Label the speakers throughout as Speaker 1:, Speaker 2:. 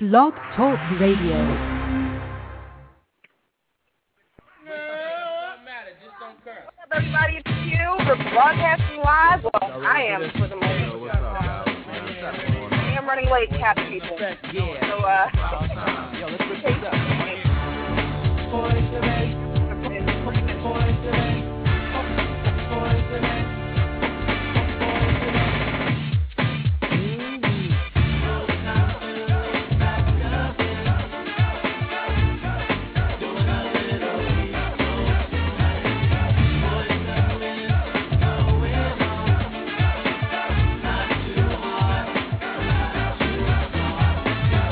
Speaker 1: Blog Talk
Speaker 2: up,
Speaker 1: Radio.
Speaker 2: everybody? It's you. We're broadcasting live. Well, I am for the moment. I am running late, cat people. So, uh,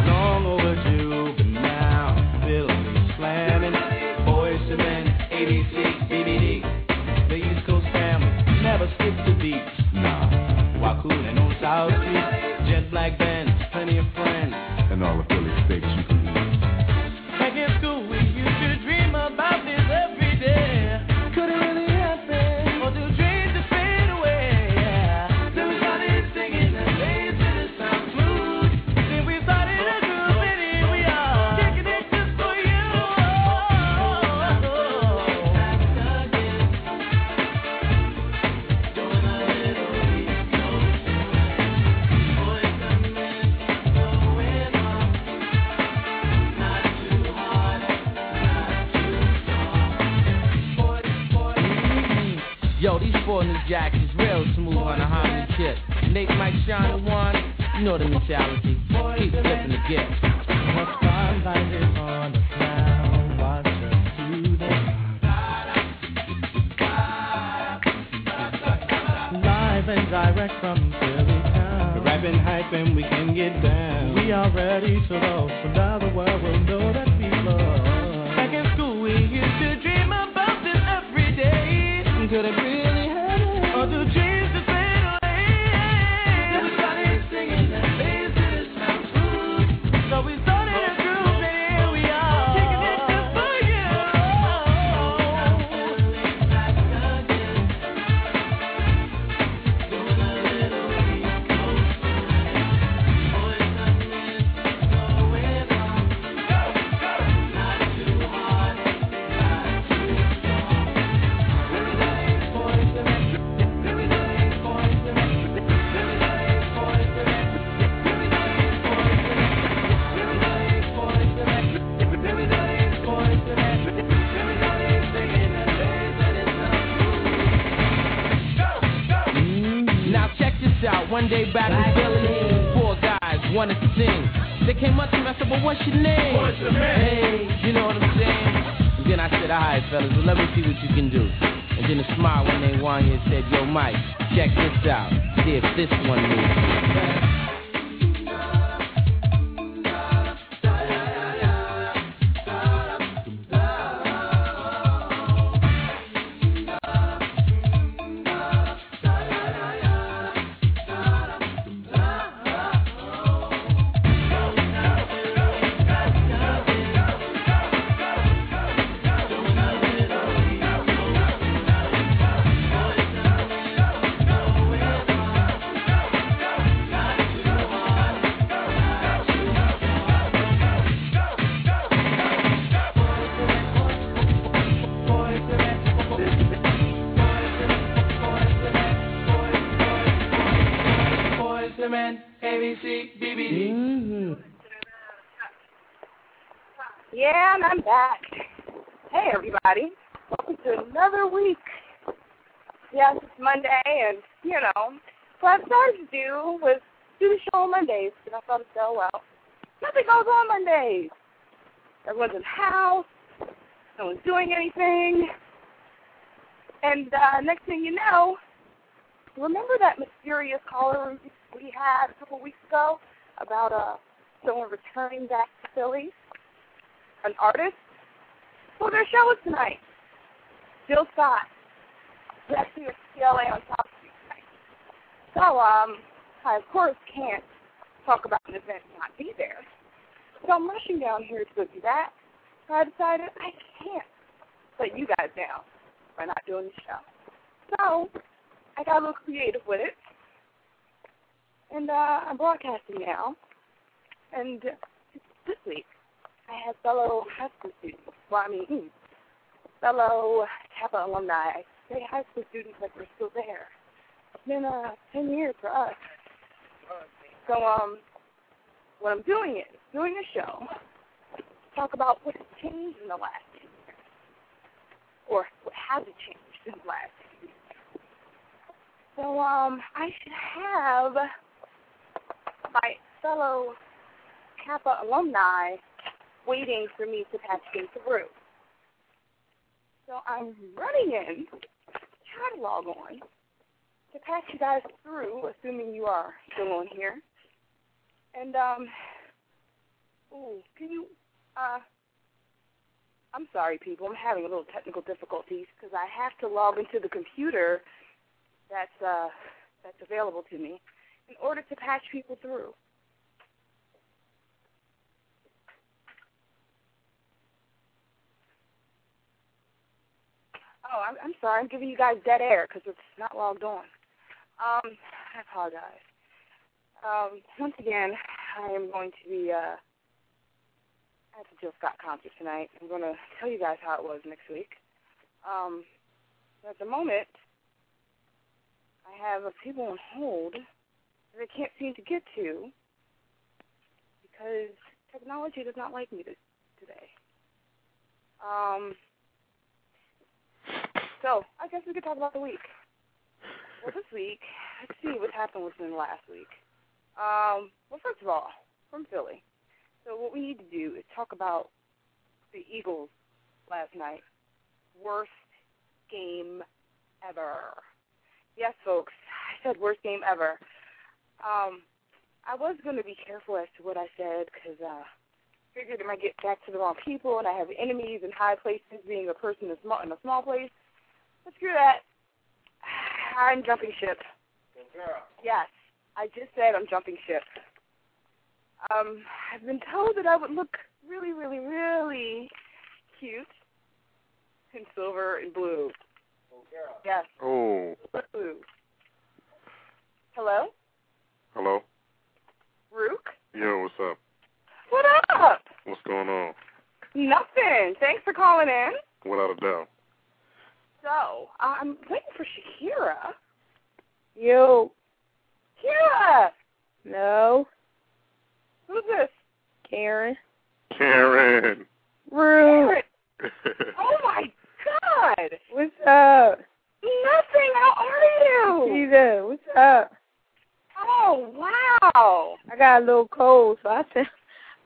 Speaker 3: Long overdue, but now Philly slamming. Boys to men, ABC, BBD. The East Coast family never skip the beats. Nah, Wacoon and on South Street. Jet black bands, plenty of friends.
Speaker 4: and all the Philly steaks you can eat.
Speaker 3: Back in school, we used to dream about this every day. Could it really happen? Or do dreams just fade away? Yeah. Then we started singing and dancing and sound smooth. Then we started a groove, and here we are. Kicking it just for you. Mm-hmm. Yo, these four new jackets real smooth on a Honda chip. Nate might shine the one, you know the mentality. Keep flipping the gift. Once spotlight is on the clown, watch us do this. Live and direct from Philly town. Rapping, hyping, we can get down. We are ready to roll, so now the world will know that we love. Back in school, we used to dream about this every day. Could it really happen? Or do dreams just fade away? Then we started singing the faces sound smooth. So we started a groove, and here we are. Taking it just for you. Now check this out. One day back in Philly, four guys wanted to sing. They came up to me, I said, "Well, what's your name?" What's your name? Hey, you know what I'm saying? And then I said, "All right, fellas, well, let me see what you can do." And then a smile when they won here said, "Yo, Mike, check this out. See if this one moves." Boys to men, ABC, BBD.
Speaker 2: yeah, and I'm back. Hey, everybody. Welcome to another week. Yes, it's Monday, and, you know, what I started to do was do the show on Mondays because I thought it's so well. Nothing goes on Mondays. Everyone's in the house. No one's doing anything. And uh, next thing you know, remember that mysterious caller we had a couple weeks ago about uh, someone returning back to Philly? An artist? Well, their show is tonight. Jill Scott. It's Actually, at CLA on Top Street tonight. So, um, I of course can't talk about an event and not be there. So I'm rushing down here to go do that. So I decided I can't let you guys down by not doing the show. So I got a little creative with it, and uh, I'm broadcasting now. And it's this week I had fellow high school students. Well, I mean, hmm, fellow Kappa alumni. I say high school students like we're still there. It's been uh, 10 years for us. So um, what I'm doing is doing a show, talk about what's changed in the last 10 years, or what hasn't changed in the last 10 years. So um, I should have my fellow Kappa alumni waiting for me to pass them through. So I'm running in, catalog on, to pass you guys through, assuming you are still on here. And um, ooh, can you? Uh, I'm sorry, people. I'm having a little technical difficulties because I have to log into the computer that's uh, that's available to me in order to patch people through. Oh, I'm, I'm sorry. I'm giving you guys dead air because it's not logged on. Um, I apologize. Um, once again, I am going to be uh, at the Jill Scott concert tonight. I'm going to tell you guys how it was next week. Um, at the moment, I have a people on hold that I can't seem to get to because technology does not like me this, today. Um, so I guess we could talk about the week. Well, this week, let's see what happened within last week. Um, well, first of all, from Philly. So what we need to do is talk about the Eagles last night. Worst game ever. Yes, folks, I said worst game ever. Um, I was going to be careful as to what I said because uh, figured it might get back to the wrong people, and I have enemies in high places, being a person in, small, in a small place. But screw that. I'm jumping ship. Yes, I just said I'm jumping ship. Um, I've been told that I would look really, really, really cute in silver and blue. Yes,
Speaker 4: Oh,
Speaker 2: blue. Hello,
Speaker 4: hello.
Speaker 2: Rook.
Speaker 4: Yo, what's up?
Speaker 2: What up?
Speaker 4: What's going on?
Speaker 2: Nothing. Thanks for calling in.
Speaker 4: Without a doubt.
Speaker 2: So I'm waiting for Shakira. Yo. Shakira.
Speaker 5: No.
Speaker 2: Who's this?
Speaker 5: Karen.
Speaker 4: Karen.
Speaker 5: Rude.
Speaker 2: Karen. Oh my God.
Speaker 5: What's up?
Speaker 2: Nothing. How are you?
Speaker 5: Either. What's up?
Speaker 2: Oh wow.
Speaker 5: I got a little cold, so I said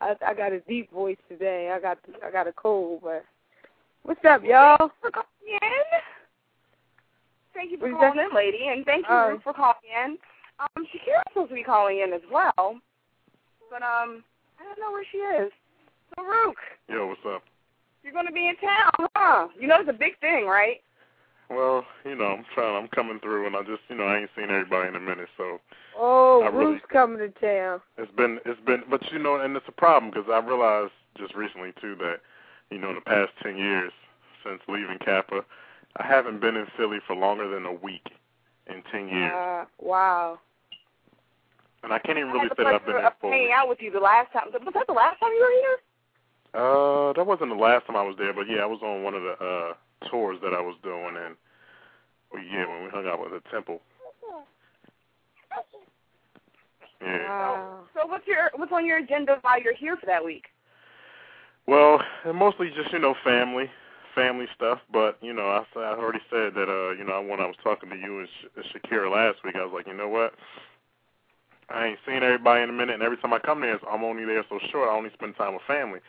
Speaker 5: I, I got a deep voice today. I got I got a cold, but what's up, y'all?
Speaker 2: For calling in. Thank you for
Speaker 5: Who's
Speaker 2: calling in, lady, and thank you
Speaker 5: Oh.
Speaker 2: Ruth, for calling in. Um, Shakira's supposed to be calling in as well, but um, I don't know where she is. So Rook,
Speaker 4: Yo, what's up?
Speaker 2: you're going to be in town, huh? You know it's a big thing, right?
Speaker 4: Well, you know, I'm trying. I'm coming through, and I just, you know, I ain't seen everybody in a minute, so
Speaker 5: Oh,
Speaker 4: I really-
Speaker 5: Ruth's coming to town.
Speaker 4: it's been, it's been. But you know, and it's a problem because I realized just recently too that, you know, in the past ten years since leaving Kappa, I haven't been in Philly for longer than a week in ten years,
Speaker 5: Uh, wow.
Speaker 4: and I can't even
Speaker 2: I
Speaker 4: really
Speaker 2: had the
Speaker 4: say that I've been
Speaker 2: pleasure
Speaker 4: there
Speaker 2: of
Speaker 4: for.
Speaker 2: hanging out with you the last time. Was that the last time you were here?
Speaker 4: Uh, that wasn't the last time I was there, but yeah, I was on one of the uh tours that I was doing, and well, yeah, when we hung out with the temple. Yeah.
Speaker 5: Wow.
Speaker 2: So what's your what's on your agenda while you're here for that week?
Speaker 4: Well, and mostly just you know family, family stuff. But you know, I s- I already said that uh, you know when I was talking to you and Sh- Shakira last week, I was like, you know what. I ain't seen everybody in a minute, and every time I come there, it's- I'm only there so short. I only spend time with family.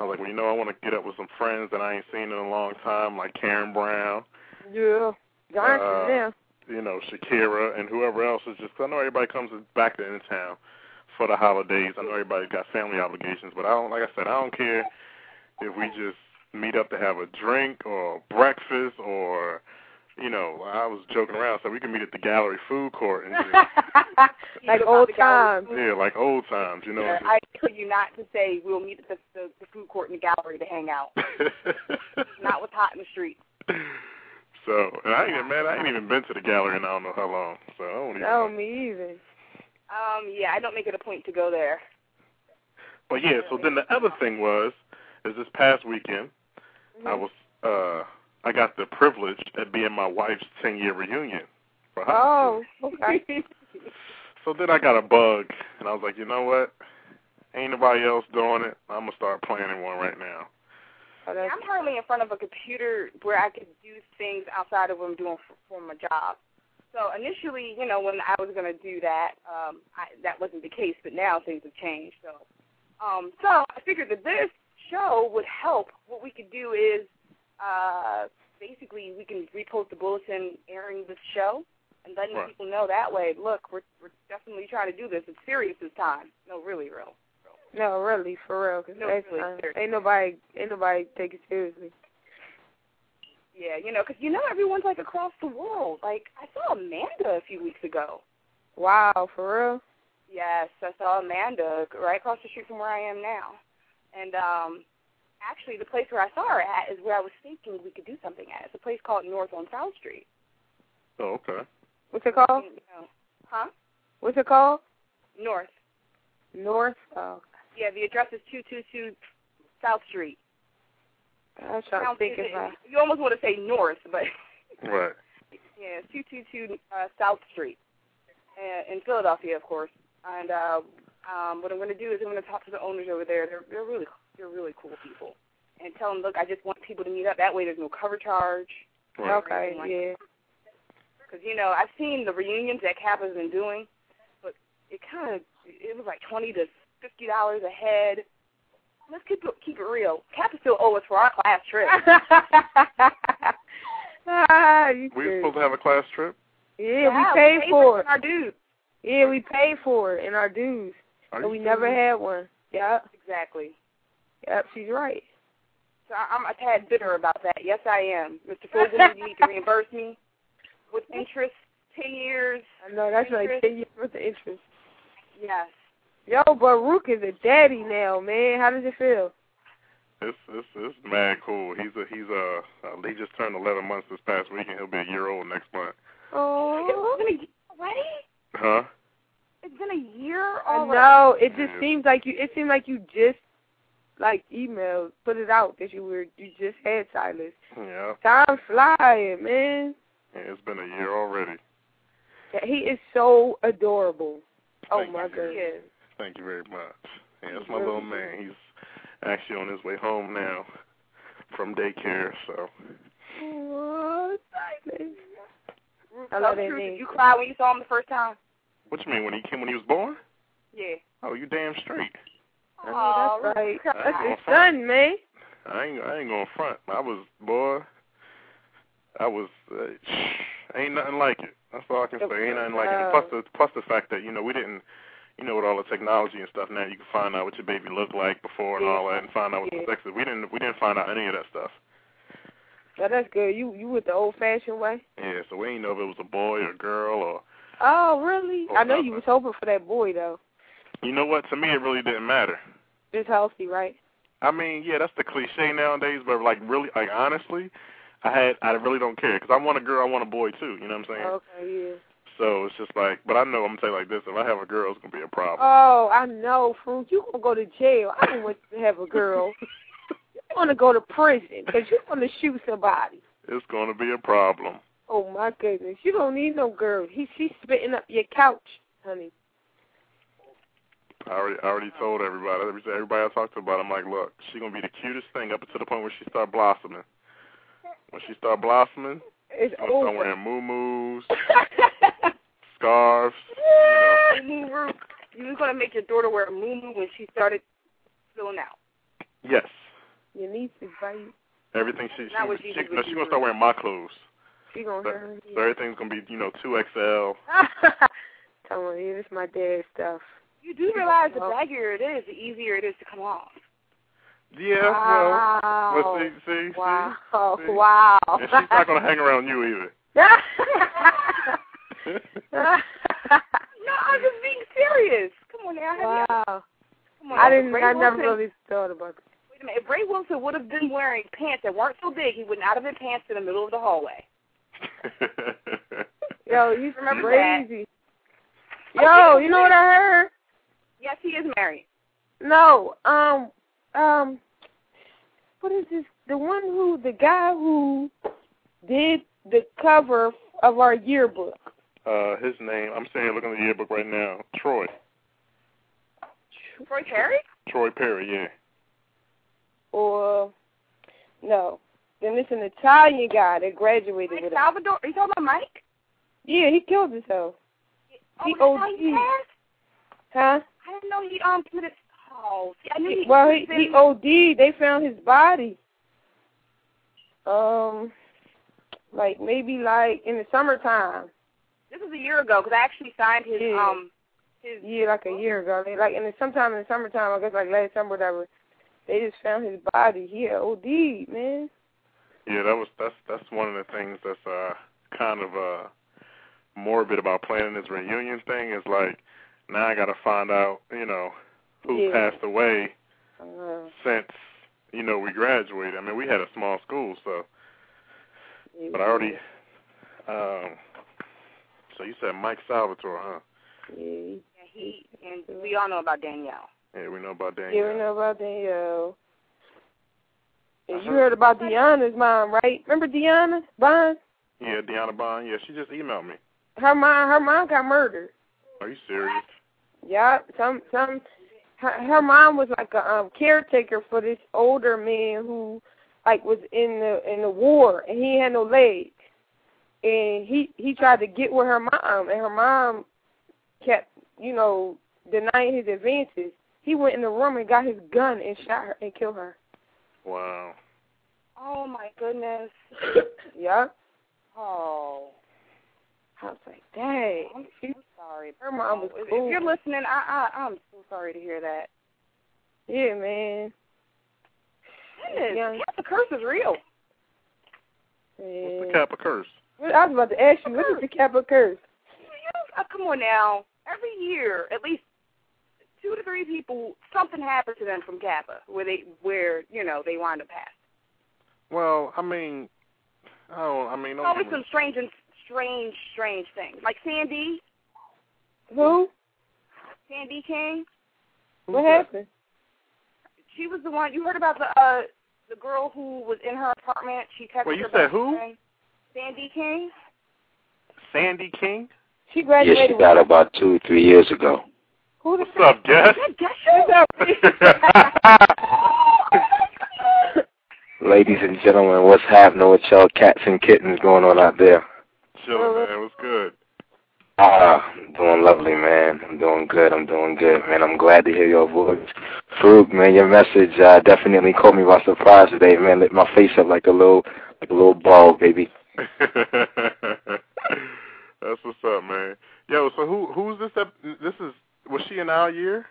Speaker 4: I was like, well, you know, I want to get up with some friends that I ain't seen in a long time, like Karen Brown,
Speaker 5: Yeah. Johnson,
Speaker 4: Uh,
Speaker 5: yeah.
Speaker 4: you know, Shakira and whoever else is just. I know everybody comes back to in town for the holidays. I know everybody's got family obligations, but I don't. Like I said, I don't care if we just meet up to have a drink or breakfast or, you know, I was joking around. So we can meet at the gallery food court and just,
Speaker 5: Like old times.
Speaker 4: yeah, like old times, you know.
Speaker 2: Yeah, I tell you not to say we'll meet at the, the, the food court in the gallery to hang out. Not what's hot in the street.
Speaker 4: so and I ain't man, I ain't even been to the gallery in I don't know how long. So I
Speaker 2: Oh,
Speaker 4: don't even.
Speaker 5: No, me either.
Speaker 2: Um, yeah, I don't make it a point to go there.
Speaker 4: But yeah, so then the other thing was, is this past weekend, I was, uh, I got the privilege of being my wife's 10 year reunion. for her.
Speaker 5: Oh, okay.
Speaker 4: So then I got a bug, and I was like, you know what? Ain't nobody else doing it. I'm gonna start planning one right now.
Speaker 5: Oh, that's-
Speaker 2: I'm currently in front of a computer where I could do things outside of what I'm doing for, for my job. So initially, you know, when I was going to do that, um, I, that wasn't the case. But now things have changed. So, um, so I figured that this show would help. What we could do is uh, basically we can repost the bulletin airing this show and letting
Speaker 4: Right.
Speaker 2: people know that way. Look, we're we're definitely trying to do this. It's serious this time. No, really, real.
Speaker 5: no, really, for real. Cause
Speaker 2: No,
Speaker 5: that's,
Speaker 2: really,
Speaker 5: uh,
Speaker 2: seriously.
Speaker 5: ain't nobody, ain't nobody take it seriously.
Speaker 2: Yeah, you know, because you know everyone's like across the world. Like I saw Amanda a few weeks ago.
Speaker 5: Wow, for real.
Speaker 2: Yes, I saw Amanda right across the street from where I am now. And um actually the place where I saw her at is where I was thinking we could do something at. It's a place called North on South Street.
Speaker 4: Oh, okay.
Speaker 5: What's it called?
Speaker 2: You know. Huh?
Speaker 5: What's it called?
Speaker 2: North.
Speaker 5: North. Oh,
Speaker 2: Yeah, the address is two two two South Street.
Speaker 5: I was trying to
Speaker 2: Sounds-
Speaker 5: think
Speaker 2: it-
Speaker 5: if I.
Speaker 2: You almost want to say north, but
Speaker 4: Right.
Speaker 2: Yeah, two two two uh, South Street uh, in Philadelphia, of course. And uh, um, what I'm going to do is I'm going to talk to the owners over there. They're they're really they're really cool people. And tell them, look, I just want people to meet up. That way, there's no cover charge.
Speaker 4: Right.
Speaker 5: Okay,
Speaker 2: Like-
Speaker 5: yeah.
Speaker 2: Because you know, I've seen the reunions that Kappa's been doing, but it kind of it was like twenty to fifty dollars a head. Let's keep it, keep it real. Kappa still owe us for our class trip.
Speaker 5: ah, you
Speaker 4: We were
Speaker 5: serious.
Speaker 4: supposed to have a class trip.
Speaker 5: Yeah,
Speaker 2: Yeah,
Speaker 5: we paid for it.
Speaker 2: Our dues.
Speaker 5: Yeah, we paid for it in our dues,
Speaker 4: Are
Speaker 5: and
Speaker 4: you
Speaker 5: we
Speaker 4: serious?
Speaker 5: never had one. Yep,
Speaker 2: Exactly.
Speaker 5: yep, she's right.
Speaker 2: So I- I'm a tad bitter about that. Yes, I am. Mr. Fogle, you need to reimburse me with interest, 10 years.
Speaker 5: I know that's like
Speaker 2: Interest.
Speaker 5: ten years worth of interest.
Speaker 2: Yes.
Speaker 5: Yo, Baruch is a daddy now, man. How does it feel?
Speaker 4: It's it's it's mad cool. He's a he's a uh, he just turned 11 months this past week, and he'll be a year old next month.
Speaker 5: Oh,
Speaker 2: It's been a year already?
Speaker 4: Huh?
Speaker 2: It's been a year
Speaker 5: I
Speaker 2: already?
Speaker 5: know. It just
Speaker 4: Yeah.
Speaker 5: seems like you. It seemed like you just like emailed, put it out that you were you just had Silas.
Speaker 4: Yeah.
Speaker 5: Time flying, man.
Speaker 4: yeah it's been a year already.
Speaker 5: He is so adorable. Oh
Speaker 4: Thank
Speaker 5: my
Speaker 4: you.
Speaker 5: goodness.
Speaker 4: Thank you very much. Yeah, it's my little man. He's actually on his way home now from daycare. So
Speaker 5: Oh, Silas. I
Speaker 2: So
Speaker 5: love that
Speaker 2: true.
Speaker 5: name.
Speaker 2: Did you cry when you saw him the first time?
Speaker 4: what you mean when he came when he was born?
Speaker 2: Yeah.
Speaker 4: Oh, you damn straight.
Speaker 5: I mean,
Speaker 2: Aw,
Speaker 5: that's
Speaker 2: really?
Speaker 5: right. That's his son, man.
Speaker 4: I ain't I ain't gonna front. I was boy. I was uh, ain't nothing like it. That's all I can say. Ain't nothing like it. And plus the plus the fact that you know we didn't. You know, with all the technology and stuff now, you can find out what your baby looked like before and all that, and find out what the sex is. We didn't, we didn't find out any of that stuff.
Speaker 5: Now that's good. You you with the old fashioned way.
Speaker 4: Yeah, so we didn't know if it was a boy or a girl or
Speaker 5: Oh, really?
Speaker 4: Oh,
Speaker 5: I know
Speaker 4: nothing.
Speaker 5: you was hoping for that boy though.
Speaker 4: You know what? To me, it really didn't matter.
Speaker 5: Just healthy, right?
Speaker 4: I mean, yeah, that's the cliche nowadays, but like really, like honestly, I had I really don't care because I want a girl, I want a boy too. You know what I'm saying?
Speaker 5: Okay, yeah.
Speaker 4: So it's just like, but I know I'm gonna say like this: if I have a girl, it's gonna be a problem.
Speaker 5: Oh, I know, Fruit. You gonna go to jail. I don't want you to have a girl. You wanna go to prison because you wanna shoot somebody.
Speaker 4: It's gonna be a problem.
Speaker 5: Oh my goodness, you don't need no girl. He she's spitting up your couch, honey.
Speaker 4: I already, I already told everybody. Every- Everybody I talked to about, it, I'm like, look, she's gonna be the cutest thing up to the point where she start blossoming. When she start blossoming,
Speaker 5: It's
Speaker 4: I'm gonna start
Speaker 5: over.
Speaker 4: wearing moo-moos, scarves. You know.
Speaker 2: Moo Moo, you was going to make your daughter wear a moo moo when she started filling out.
Speaker 4: Yes,
Speaker 5: Your niece is right.
Speaker 4: everything she
Speaker 2: Not what
Speaker 4: she, she,
Speaker 2: Jesus would
Speaker 4: she
Speaker 2: do.
Speaker 4: gonna start wearing my clothes.
Speaker 5: She gonna
Speaker 4: So,
Speaker 5: hear
Speaker 4: so
Speaker 5: her.
Speaker 4: everything's gonna be, you know, two XL.
Speaker 5: Come on, yeah, this my dad's stuff.
Speaker 2: You do realize the baggier it is, the easier it is to come off.
Speaker 4: Yeah, well, well, see, see, see?
Speaker 5: Wow.
Speaker 2: Oh,
Speaker 4: see.
Speaker 5: Wow.
Speaker 4: And she's not gonna hang around you either.
Speaker 2: No, I'm just being serious. Come on now. Have you,
Speaker 5: wow.
Speaker 2: come on
Speaker 5: I
Speaker 2: now.
Speaker 5: didn't
Speaker 2: Ray
Speaker 5: I never
Speaker 2: Wilson-
Speaker 5: really thought about that.
Speaker 2: Wait a minute. If Ray Wilson would have been wearing pants that weren't so big, he would not have been pants in the middle of the hallway.
Speaker 5: Yo, you
Speaker 2: Remember that.
Speaker 5: Oh, crazy. Yo, you know what I heard?
Speaker 2: Yes, he is married.
Speaker 5: No, um, um, what is this? The one who, the guy who did the cover of our yearbook.
Speaker 4: Uh, his name, I'm saying, looking at the yearbook right now, Troy.
Speaker 2: Troy Perry?
Speaker 4: Troy Perry, yeah.
Speaker 5: Or no, then it's an Italian guy that graduated
Speaker 2: Mike
Speaker 5: with us.
Speaker 2: Salvador? Are you talking about Mike?
Speaker 5: Yeah, he killed himself.
Speaker 2: Oh,
Speaker 5: He
Speaker 2: that's how he
Speaker 5: OD'd.
Speaker 2: passed?
Speaker 5: Huh?
Speaker 2: I didn't know he um committed. Oh, see, I knew he.
Speaker 5: Well, he,
Speaker 2: was
Speaker 5: he
Speaker 2: in-
Speaker 5: OD'd. They found his body. Um, like maybe like in the summertime.
Speaker 2: This was a year ago because I actually signed his
Speaker 5: Yeah.
Speaker 2: um his.
Speaker 5: Yeah, like a year ago. They like in the sometime in the summertime. I guess like last summer, whatever. They just found his body. He had OD'd, man.
Speaker 4: Yeah, that was that's that's one of the things that's uh kind of uh morbid about planning this reunion thing is like now I gotta find out, you know, who
Speaker 5: Yeah.
Speaker 4: passed away
Speaker 5: Uh,
Speaker 4: since, you know, we graduated. I mean we had a small school so
Speaker 5: yeah,
Speaker 4: but I already um so you said Mike Salvatore, huh?
Speaker 5: Yeah,
Speaker 2: Yeah, he and we all know about Danielle.
Speaker 4: Yeah, we know about
Speaker 5: yeah,
Speaker 4: Daniel.
Speaker 5: we know about Danielle. And
Speaker 4: I
Speaker 5: you
Speaker 4: heard-
Speaker 5: heard about Deanna's mom, right? Remember Deanna Bond?
Speaker 4: Yeah, Deanna Bond, yeah, she just emailed me.
Speaker 5: Her mom, her mom got murdered.
Speaker 4: Are you serious?
Speaker 5: Yeah, some some. Her, her mom was like a um, caretaker for this older man who, like, was in the in the war and he had no legs, and he he tried to get with her mom, and her mom kept you know denying his advances. He went in the room and got his gun and shot her and killed her.
Speaker 4: Wow.
Speaker 2: Oh my goodness.
Speaker 5: yeah,
Speaker 2: Oh,
Speaker 5: I was like, dang.
Speaker 2: I'm, I'm sorry.
Speaker 5: Her mom was
Speaker 2: If- if,
Speaker 5: cool.
Speaker 2: you're listening, I, I I'm so sorry to hear that.
Speaker 5: Yeah, man.
Speaker 2: Goodness,
Speaker 5: Yeah.
Speaker 2: half the curse is real.
Speaker 4: What's the
Speaker 5: Yeah.
Speaker 4: Kappa curse?
Speaker 5: I was about to ask you, what is the Kappa curse?
Speaker 2: Oh, come on now. Every year, at least two to three people, something happens to them from Kappa, where they where you know they wind up passing.
Speaker 4: Well, I mean I don't I mean
Speaker 2: It's
Speaker 4: don't
Speaker 2: always
Speaker 4: get me-
Speaker 2: some strange and strange, strange things. Like Sandy,
Speaker 5: Who?
Speaker 2: Sandy King.
Speaker 4: who's
Speaker 5: what
Speaker 4: that?
Speaker 5: happened?
Speaker 2: She was the one you heard about the uh the girl who was in her apartment. She texted
Speaker 4: Wait, you
Speaker 2: her
Speaker 4: said
Speaker 2: best
Speaker 4: who?
Speaker 2: friend, Sandy King.
Speaker 4: Sandy King?
Speaker 5: She
Speaker 6: Yeah,
Speaker 5: graduated.
Speaker 6: she died about two, three years ago.
Speaker 5: Who the
Speaker 4: What's up, Jess?
Speaker 2: Did I guess
Speaker 5: What's
Speaker 2: you?
Speaker 5: up?
Speaker 6: Ladies and gentlemen, what's happening with y'all cats and kittens going on out there?
Speaker 4: Chilling, man. What's good?
Speaker 6: Ah, I'm doing lovely, man. I'm doing good. I'm doing good, man. I'm glad to hear your voice. Farouk, man, your message uh, definitely caught me by surprise today, man. Lit my face up like a little, like a little ball, baby.
Speaker 4: That's what's up, man. Yo, so who who's this? Up, this is was she in our year?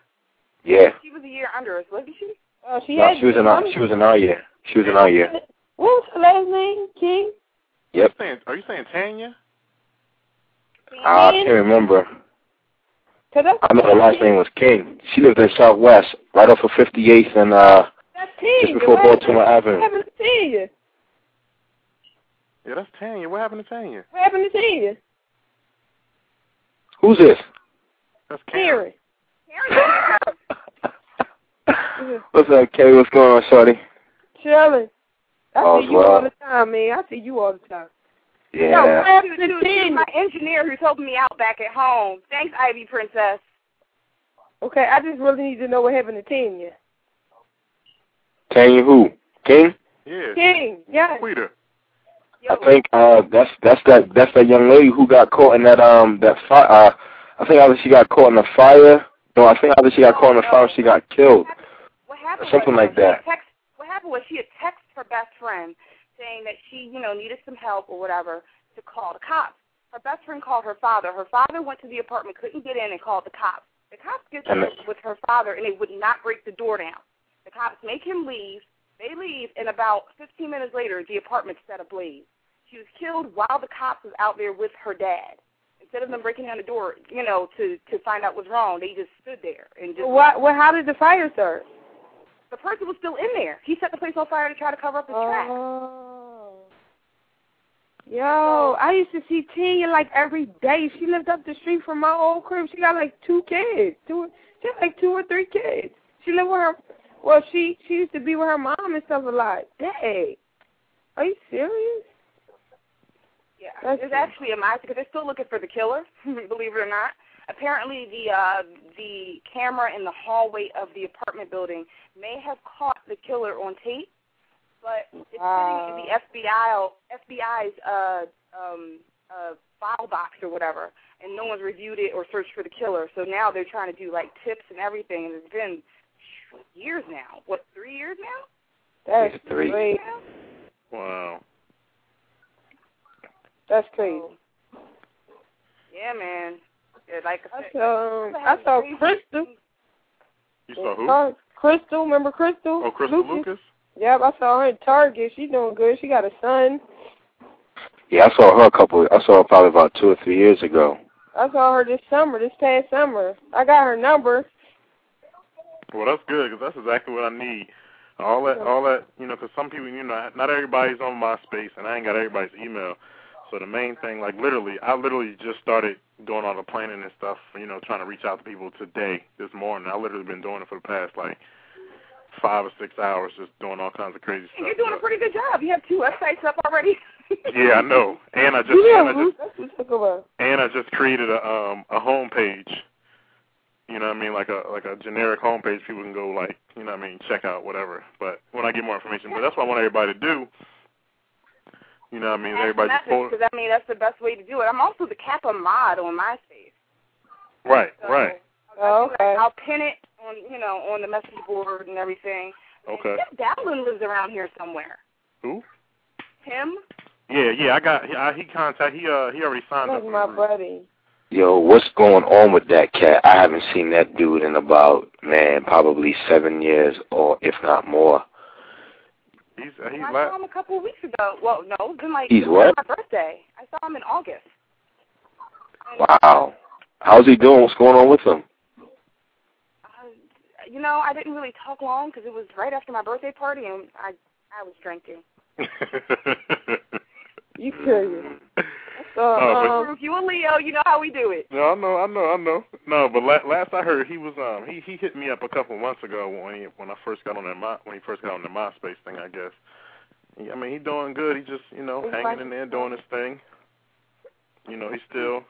Speaker 6: Yeah.
Speaker 2: She was a year under us, wasn't she?
Speaker 5: Oh, she
Speaker 6: No,
Speaker 5: had.
Speaker 6: she was in our, she was in our year. She was in our year.
Speaker 5: What was her last name? King.
Speaker 6: Yep.
Speaker 4: Are you saying, are you saying Tanya?
Speaker 6: Uh, I can't remember.
Speaker 5: Cause that's,
Speaker 6: I know her last name was King. She lived in Southwest, right off of 58th and uh,
Speaker 5: That's King.
Speaker 6: just before Baltimore
Speaker 5: What
Speaker 6: Avenue.
Speaker 5: happened to Tia?
Speaker 4: Yeah, that's Tanya. What happened to Tanya?
Speaker 5: What happened to Tia?
Speaker 6: Who's this?
Speaker 4: That's Karen.
Speaker 5: Karen.
Speaker 2: Karen.
Speaker 6: What's up, Kay? What's going on, Shorty?
Speaker 5: Chilling. I
Speaker 6: All's
Speaker 5: see you
Speaker 6: well.
Speaker 5: all the time, man. I see you all the time.
Speaker 2: No,
Speaker 6: Yeah.
Speaker 2: thank you
Speaker 5: Happened
Speaker 2: to-
Speaker 5: to
Speaker 2: to
Speaker 5: Tina.
Speaker 2: my engineer who's helping me out back at home. Thanks, Ivy Princess.
Speaker 5: Okay, I just really need to know what happened to Tanya.
Speaker 6: Kane who? King?
Speaker 4: Yeah.
Speaker 5: King. Yes.
Speaker 4: Quita.
Speaker 2: Yo,
Speaker 6: I think uh that's that's that that's that young lady who got caught in that um that fire. Uh, I think either she got caught in a fire. No, I think either she got caught in a fire. or She got killed.
Speaker 2: what happened
Speaker 6: something
Speaker 2: was,
Speaker 6: like
Speaker 2: she had
Speaker 6: that.
Speaker 2: Text, what happened was she had texted her best friend saying that she, you know, needed some help or whatever to call the cops. Her best friend called her father. Her father went to the apartment, couldn't get in, and called the cops. The cops get
Speaker 6: And
Speaker 2: in
Speaker 6: the-
Speaker 2: with her father, and they would not break the door down. The cops make him leave. They leave, and about 15 minutes later, the apartment set ablaze. She was killed while the cops was out there with her dad. Instead of them breaking down the door, you know, to to find out what's wrong, they just stood there and just
Speaker 5: What? Well, how did the fire start?
Speaker 2: the person was still in there. He set the place on fire to try to cover up his tracks.
Speaker 5: Oh. Yo, I used to see Tia like every day. She lived up the street from my old crib. She got like two kids, two, she had like two or three kids. She lived with her. Well, she she used to be with her mom and stuff a lot. Dang, are you serious?
Speaker 2: Yeah,
Speaker 5: That's-
Speaker 2: it's actually a massacre. They're still looking for the killer, believe it or not. Apparently, the uh, the camera in the hallway of the apartment building may have caught the killer on tape, but it's sitting in the FBI FBI's uh, um, uh, file box or whatever, and no one's reviewed it or searched for the killer. So now they're trying to do like tips and everything. And it's been years now. What three years now?
Speaker 5: That's
Speaker 6: It's three.
Speaker 5: crazy.
Speaker 2: Now?
Speaker 4: Wow.
Speaker 5: That's crazy.
Speaker 2: So, yeah, man. Yeah, like I
Speaker 5: I
Speaker 2: said,
Speaker 5: saw, um, I saw Crystal.
Speaker 4: You saw who?
Speaker 5: Uh, Crystal, remember Crystal?
Speaker 4: Oh, Crystal
Speaker 5: Lucas.
Speaker 4: Lucas?
Speaker 5: Yep, I saw her at Target. She doing good. She got a son.
Speaker 6: Yeah, I saw her a couple. I saw her probably about two or three years ago.
Speaker 5: I saw her this summer, this past summer. I got her number.
Speaker 4: Well, that's good because that's exactly what I need. All that, all that, you know, because some people, you know, not everybody's on MySpace, and I ain't got everybody's email. So the main thing, like literally, I literally just started doing all the planning and stuff, you know, trying to reach out to people today, this morning. I literally been doing it for the past like five or six hours, just doing all kinds of crazy
Speaker 2: Hey,
Speaker 4: stuff.
Speaker 2: You're doing a
Speaker 4: but-
Speaker 2: pretty good job. You have two websites up already.
Speaker 4: yeah, I know. And I just, and
Speaker 5: yeah,
Speaker 4: I just,
Speaker 5: Ruth, that's what took her.
Speaker 4: and I just created a um a home page. You know what I mean? Like a like a generic homepage people can go like, you know what I mean, check out whatever. But when I get more information, but that's what I want everybody to do. You know what I mean? Everybody just pull
Speaker 2: Because I mean, that's the best way to do it. I'm also the Kappa mod on MySpace.
Speaker 4: Right,
Speaker 2: So
Speaker 4: right.
Speaker 5: Oh, okay.
Speaker 2: I'll pin it on you know on the message board and everything.
Speaker 4: Okay.
Speaker 2: Tim Dowlin lives around here somewhere.
Speaker 4: Who?
Speaker 2: Him?
Speaker 4: Yeah, yeah, I got he, I, he contact he uh he already signed up.
Speaker 5: That's
Speaker 4: for
Speaker 5: my
Speaker 4: the group.
Speaker 5: buddy.
Speaker 6: Yo, what's going on with that cat? I haven't seen that dude in about man, probably seven years or if not more.
Speaker 4: He's uh, he's
Speaker 2: I saw
Speaker 4: la-
Speaker 2: him a couple of weeks ago. Well, no, it's been like
Speaker 6: He's what?
Speaker 2: my birthday. I saw him in August. And,
Speaker 6: Wow, how's he doing? What's going on with him?
Speaker 2: Uh, you know, I didn't really talk long because it was right after my birthday party, and I I was drinking.
Speaker 5: You curious. So,
Speaker 4: Mm-hmm. Oh,
Speaker 5: um,
Speaker 2: If you and Leo, you know how we do it.
Speaker 4: No, I know, I know, I know. No, but la- last I heard, he was um he he hit me up a couple months ago when he, when I first got on that my when he first got on the MySpace thing, I guess. He, I mean, he doing good. He just you know
Speaker 5: He's
Speaker 4: hanging
Speaker 5: like-
Speaker 4: in there doing his thing. You know, he still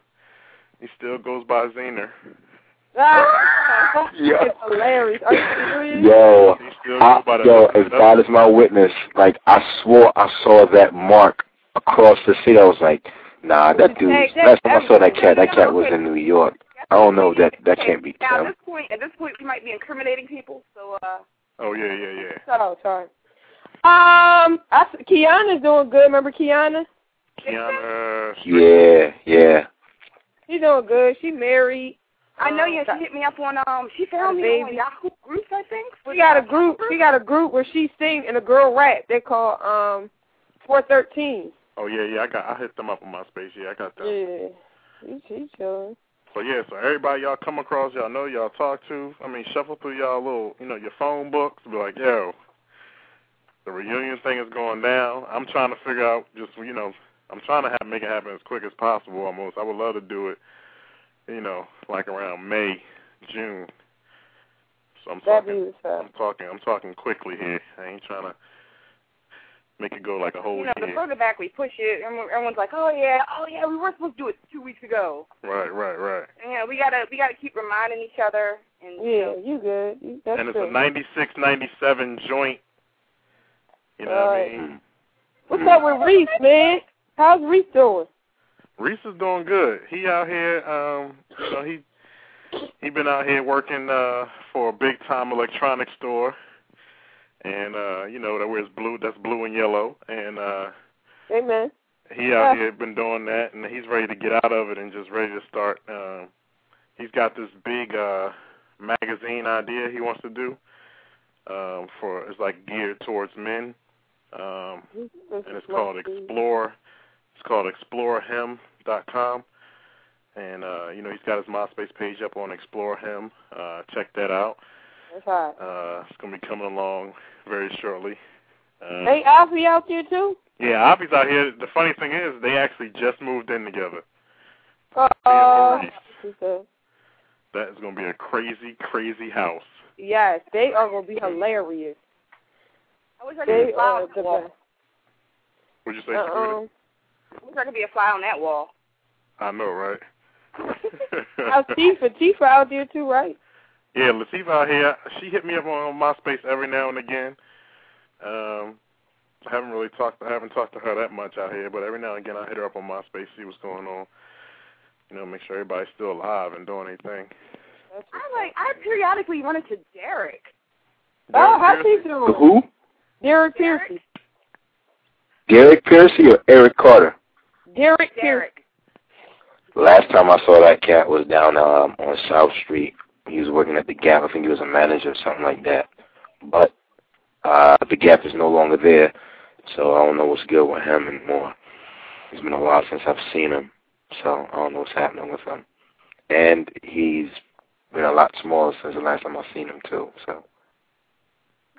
Speaker 4: he still goes by Zener.
Speaker 5: Um, ah,
Speaker 6: Yeah.
Speaker 5: it's hilarious. Are you serious?
Speaker 6: Yo,
Speaker 4: He still
Speaker 6: I,
Speaker 4: goes by that.
Speaker 6: yo, as
Speaker 4: that's-
Speaker 6: God is my witness, like I swore I saw that mark across the city. I was like, nah, that dude. Last time I saw that cat, that cat was in New York. I don't know that that can't be
Speaker 2: Now, at
Speaker 6: Tim.
Speaker 2: this point, at this point, we might be incriminating people. So, uh,
Speaker 4: oh yeah, yeah, yeah.
Speaker 5: Oh, sorry. Um, I, s- Kiana's doing good. Remember Kiana?
Speaker 4: Kiana.
Speaker 6: Yeah, yeah.
Speaker 5: She's doing good. She married.
Speaker 2: I know
Speaker 5: Um,
Speaker 2: you.
Speaker 5: got-
Speaker 2: She hit me up on um. She found me on
Speaker 5: Baby.
Speaker 2: Yahoo groups, I think.
Speaker 5: She got a group. She got a group where she sing and a girl rap. They call um, four thirteen.
Speaker 4: Oh yeah, yeah. I got I hit them up on MySpace. Yeah, I got that.
Speaker 5: Yeah, she, she chilling.
Speaker 4: So yeah, so everybody y'all come across, y'all know, y'all talk to. I mean, shuffle through y'all little, you know, your phone books. Be like, yo, the reunion thing is going down. I'm trying to figure out, just you know, I'm trying to have make it happen as quick as possible. Almost, I would love to do it, you know, like around May, June. So I'm
Speaker 5: That
Speaker 4: talking,
Speaker 5: be what's
Speaker 4: I'm talking, I'm talking quickly here. I ain't trying to make it go like a
Speaker 6: Oh,
Speaker 4: whole
Speaker 2: You know, the
Speaker 4: year.
Speaker 2: further back we push it, and everyone's like, "Oh yeah, oh yeah, we were supposed to do it two weeks ago."
Speaker 4: Right, right, right.
Speaker 2: And, you know, we gotta we gotta keep reminding each other. And you
Speaker 5: Yeah,
Speaker 2: know,
Speaker 5: you good. You, that's
Speaker 4: and it's
Speaker 5: good.
Speaker 4: a 96, 97 joint. You know
Speaker 5: Right.
Speaker 4: what I mean?
Speaker 5: What's up with Reese,
Speaker 2: Mm-hmm.
Speaker 5: man? How's Reese doing?
Speaker 4: Reese is doing good. He out here, um, you know, he he been out here working uh for a big time electronics store and uh, you know, that wears blue that's blue and yellow and uh
Speaker 5: Amen.
Speaker 4: he out
Speaker 5: Yeah.
Speaker 4: here been doing that and he's ready to get out of it and just ready to start um he's got this big uh magazine idea he wants to do um for it's like geared towards men. Um and it's called Explore. It's called ExploreHim.com, and uh, you know he's got his MySpace page up on Explore Him. Uh, check that out.
Speaker 5: That's hot.
Speaker 4: Uh, it's gonna be coming along very shortly. Uh,
Speaker 5: Hey, Alfie out there too?
Speaker 4: yeah, Oppie's out here. The funny thing is, they actually just moved in together.
Speaker 5: Uh,
Speaker 4: Yeah, Reese.
Speaker 5: she said,
Speaker 4: That is gonna be a crazy, crazy house.
Speaker 5: Yes, they are gonna be hilarious.
Speaker 2: I wish I could be
Speaker 5: They
Speaker 2: a fly
Speaker 5: are
Speaker 2: on
Speaker 5: the
Speaker 2: that wall.
Speaker 5: best.
Speaker 4: What'd you say? Sabrina?
Speaker 5: Uh-uh.
Speaker 2: I wish I could be a fly on that wall.
Speaker 4: I know, right?
Speaker 5: How's Tifa? Tifa out there too, right?
Speaker 4: Yeah, Latifah out here. She hit me up on MySpace every now and again. Um, I haven't really talked. I haven't talked to her that much out here, but every now and again I hit her up on MySpace, see what's going on. You know, make sure everybody's still alive and doing anything.
Speaker 5: That's
Speaker 2: I like I periodically run into Derek.
Speaker 5: Oh, how's
Speaker 4: Derek
Speaker 5: he
Speaker 4: Piercy?
Speaker 5: doing?
Speaker 6: Who?
Speaker 5: Derek
Speaker 2: Derek?
Speaker 5: Piercy.
Speaker 6: Derek Piercy or Eric Carter?
Speaker 5: Derek Piercy.
Speaker 2: Derek.
Speaker 6: Last time I saw that cat was down um, on South Street. He was working at the Gap. I think he was a manager or something like that. But uh, the Gap is no longer there, so I don't know what's good with him anymore. It's been a while since I've seen him, so I don't know what's happening with him. And he's been a lot smaller since the last time I've seen him too. So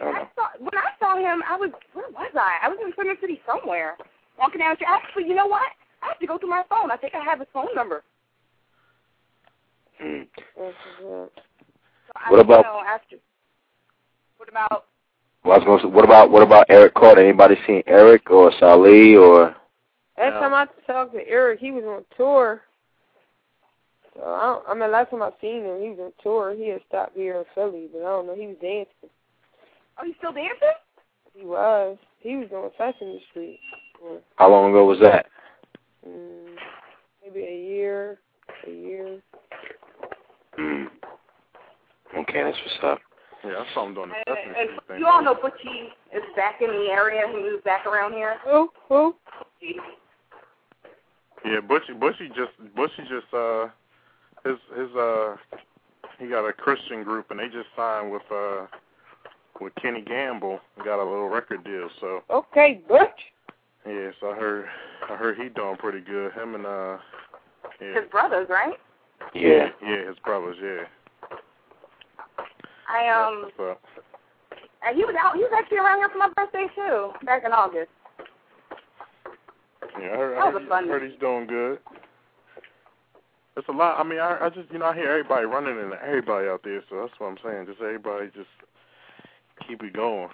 Speaker 6: I don't
Speaker 2: I
Speaker 6: know.
Speaker 2: saw when I saw him, I was where was I? I was in Plymouth City somewhere, walking down. the street. Actually, you know what? I have to go through my phone. I think I have his phone number.
Speaker 6: Mm.
Speaker 2: So I
Speaker 6: What
Speaker 2: don't
Speaker 6: about-
Speaker 2: know after? What about?
Speaker 6: Well, I was gonna say, what about what about Eric Carter? Anybody seen Eric or Salih or?
Speaker 5: Last
Speaker 4: Yeah.
Speaker 5: time I talked to Eric, he was on tour. So I, don't, I mean, last time I seen him, he was on tour. He had stopped here in Philly, but I don't know. He was dancing.
Speaker 2: Oh, you still dancing?
Speaker 5: He was. He was on Sesame Street. for,
Speaker 6: How long ago was that?
Speaker 5: mm, maybe a year, a year.
Speaker 6: Mm. Okay, that's what's up.
Speaker 4: Yeah, I saw him doing the
Speaker 2: And,
Speaker 4: Sesame
Speaker 2: and
Speaker 4: Street thing.
Speaker 2: you all know Butchie is back in the area. He moved back around here.
Speaker 5: Who? Who?
Speaker 4: Yeah, Butchie. Butchie just. Butchie just. Uh, his his. Uh, he got a Christian group, and they just signed with uh, with Kenny Gamble. Got a little record deal, so.
Speaker 5: Okay, Butch.
Speaker 4: Yes, I heard. I heard he doing pretty good. Him and uh, yeah,
Speaker 2: His brothers, right?
Speaker 6: Yeah.
Speaker 4: yeah, his brothers, yeah.
Speaker 2: I um,
Speaker 4: That's what's up.
Speaker 2: and he was out. He was actually around here for my birthday too, back in August.
Speaker 4: Yeah, I heard,
Speaker 2: that
Speaker 4: I
Speaker 2: was
Speaker 4: heard, he-
Speaker 2: fun.
Speaker 4: heard he's doing good. It's a lot. I mean, I, I just you know I hear everybody running and everybody out there, so that's what I'm saying. Just everybody, just keep it going.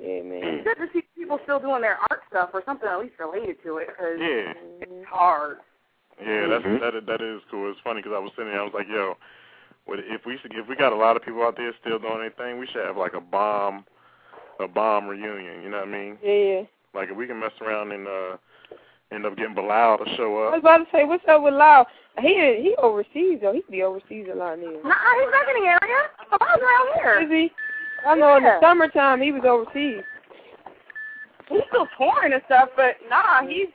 Speaker 5: Yeah, man.
Speaker 2: Good to see people still doing their art stuff or something at least related to it because
Speaker 4: Yeah,
Speaker 5: Mhm.
Speaker 2: it's hard.
Speaker 4: yeah,
Speaker 6: Mhm.
Speaker 4: that's that is- that is cool. It's funny because I was sitting there, I was like, yo, what if we should, if we got a lot of people out there still doing anything, we should have like a bomb, a bomb reunion. You know what I mean?
Speaker 5: Yeah, yeah.
Speaker 4: Like if we can mess around and uh end up getting Bilal to show
Speaker 5: I was
Speaker 4: up.
Speaker 5: about to say, what's up with Lau? He he overseas though. He be overseas a lot now.
Speaker 2: Nah, he's back in the area. I was around
Speaker 5: Is
Speaker 2: here.
Speaker 5: he? I know in the
Speaker 2: Yeah.
Speaker 5: summertime he was overseas.
Speaker 2: He's still touring and stuff, but nah, he's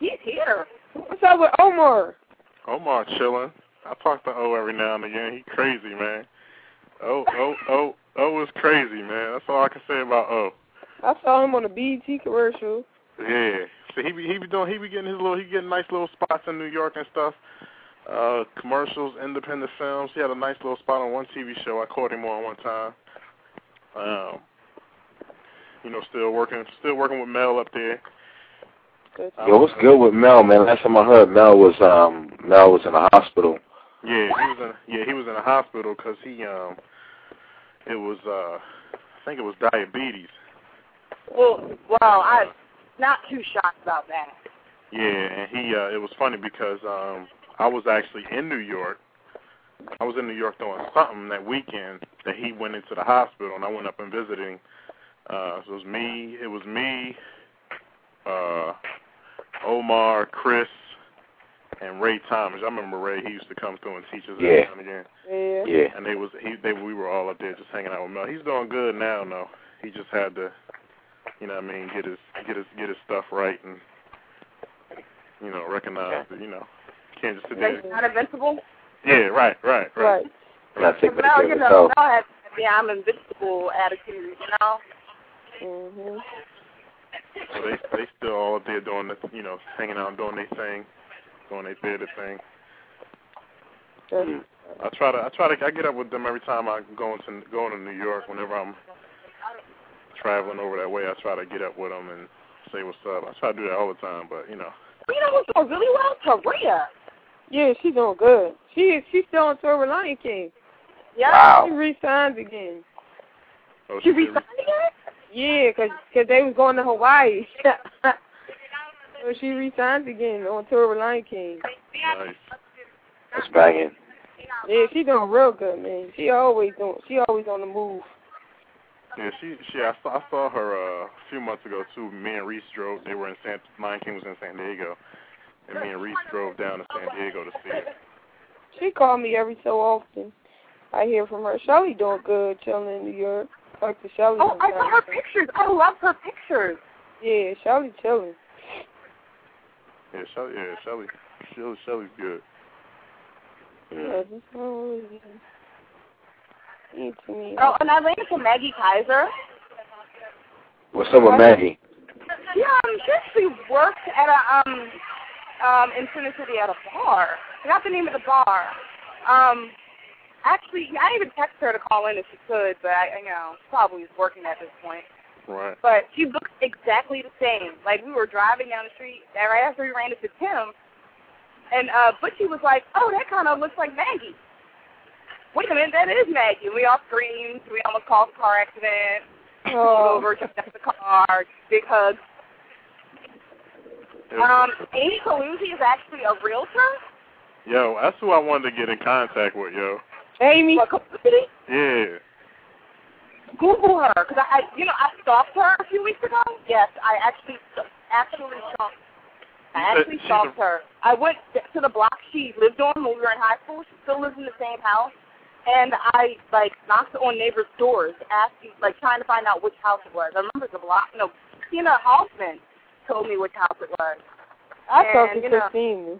Speaker 2: he's here.
Speaker 5: What's up with Omar?
Speaker 4: Omar chilling. I talk to O every now and again. He crazy man. O O O O is crazy man. That's all I can say about O.
Speaker 5: I saw him on a BET commercial.
Speaker 4: Yeah. So he be he be doing he be getting his little he getting nice little spots in New York and stuff. Uh commercials, independent films. He had a nice little spot on one TV show. I caught him on one time. Um you know, still working still working with Mel up there.
Speaker 5: But
Speaker 2: Oh.
Speaker 6: Yo, what's good with Mel, man? Last time I heard Mel was um Mel was in the hospital.
Speaker 4: Yeah, he was in. Yeah, he was in a hospital because he um, it was uh, I think it was diabetes.
Speaker 2: Well, wow, I'm not too shocked about that.
Speaker 4: Yeah, and he uh, it was funny because um, I was actually in New York. I was in New York doing something that weekend that he went into the hospital, and I went up and visiting. Uh, so it was me. It was me, uh, Omar, Chris, and Ray Thomas. I remember Ray. He used to come through and teach us every
Speaker 6: Yeah.
Speaker 4: now and again.
Speaker 5: yeah.
Speaker 6: Yeah.
Speaker 4: and they was he they we were all up there just hanging out with Mel. He's doing good now though. He just had to you know what I mean, get his get his get his stuff right and you know, recognize that, you know. Can't just sit there.
Speaker 2: Like, not invincible.
Speaker 4: Yeah, right, right, right.
Speaker 5: Right.
Speaker 6: And I think
Speaker 2: But now,
Speaker 6: that
Speaker 2: you
Speaker 6: was
Speaker 2: know,
Speaker 6: so.
Speaker 2: now I have the I'm invincible attitude. You know,
Speaker 5: Mhm.
Speaker 4: So they they still all up there doing the you know, hanging out and doing their thing, doing their theater thing.
Speaker 5: That's-
Speaker 2: Mm.
Speaker 4: I try to I try to I get up with them every time I go into going to New York. Whenever I'm traveling over that way, I try to get up with them and say what's up. I try to do that all the time, but you know,
Speaker 2: you know who's doing really well? Korea.
Speaker 5: Yeah, she's doing good. She is. She's still on tour with Lion King.
Speaker 2: Yeah.
Speaker 6: Wow.
Speaker 5: She resigned again.
Speaker 4: Oh,
Speaker 2: She
Speaker 4: she did-
Speaker 2: resigned again?
Speaker 5: Yeah, cause, 'cause they was going to Hawaii. so she resigned again on tour with Lion King.
Speaker 4: Nice.
Speaker 6: That's banging.
Speaker 5: Yeah, she doing real good, man. She always doing. She always on the move.
Speaker 4: Yeah, she she I saw I saw her uh, a few months ago too. Me and Reese drove. They were in San Lion King was in San Diego, and me and Reese drove down to San Diego to see her.
Speaker 5: She called me every so often. I hear from her. Shelly doing good, chilling in New York. Talk to Shelly.
Speaker 2: Oh, I saw her
Speaker 5: sometimes.
Speaker 2: pictures. I love her pictures.
Speaker 5: Yeah, Shelly chilling.
Speaker 4: Yeah, Shelly. Yeah, Shelly. Shelly Shelly's good.
Speaker 5: Yeah, this one was good. to me.
Speaker 2: Oh, and I ran into Maggie Kaiser.
Speaker 6: What's up with Maggie?
Speaker 2: Yeah, um, she actually worked at a um um in Center City at a bar. I forgot the name of the bar. Um, actually, I didn't even text her to call in if she could, but I, you know, probably is working at this point.
Speaker 4: Right.
Speaker 2: But she looks exactly the same. Like we were driving down the street, and right after we ran into Tim, and uh, Butchie was like, "Oh, that kind of looks like Maggie." Wait a minute, that is Maggie. We all screamed. We almost caused a car accident.
Speaker 5: Oh.
Speaker 2: Over, jumped out the car, big hug.
Speaker 4: It was-
Speaker 2: Um, Amy Paluzzi is actually a realtor.
Speaker 4: yo, that's who I wanted to get in contact with, yo.
Speaker 5: Amy.
Speaker 2: What company?
Speaker 4: Yeah.
Speaker 2: Google her, cause I, I- you know, I stalked her a few weeks ago. Yes, I actually, actually stalked.
Speaker 4: You
Speaker 2: I
Speaker 4: said
Speaker 2: actually
Speaker 4: she's a-
Speaker 2: stalked her. I went to the block she lived on when we were in high school. She still lives in the same house, and I like knocked on neighbors' doors, asking, like, trying to find out which house it was. I remember the block. No, Tina Hoffman told me which house it was.
Speaker 5: I
Speaker 2: and,
Speaker 5: talked to
Speaker 2: you know-
Speaker 5: Christina.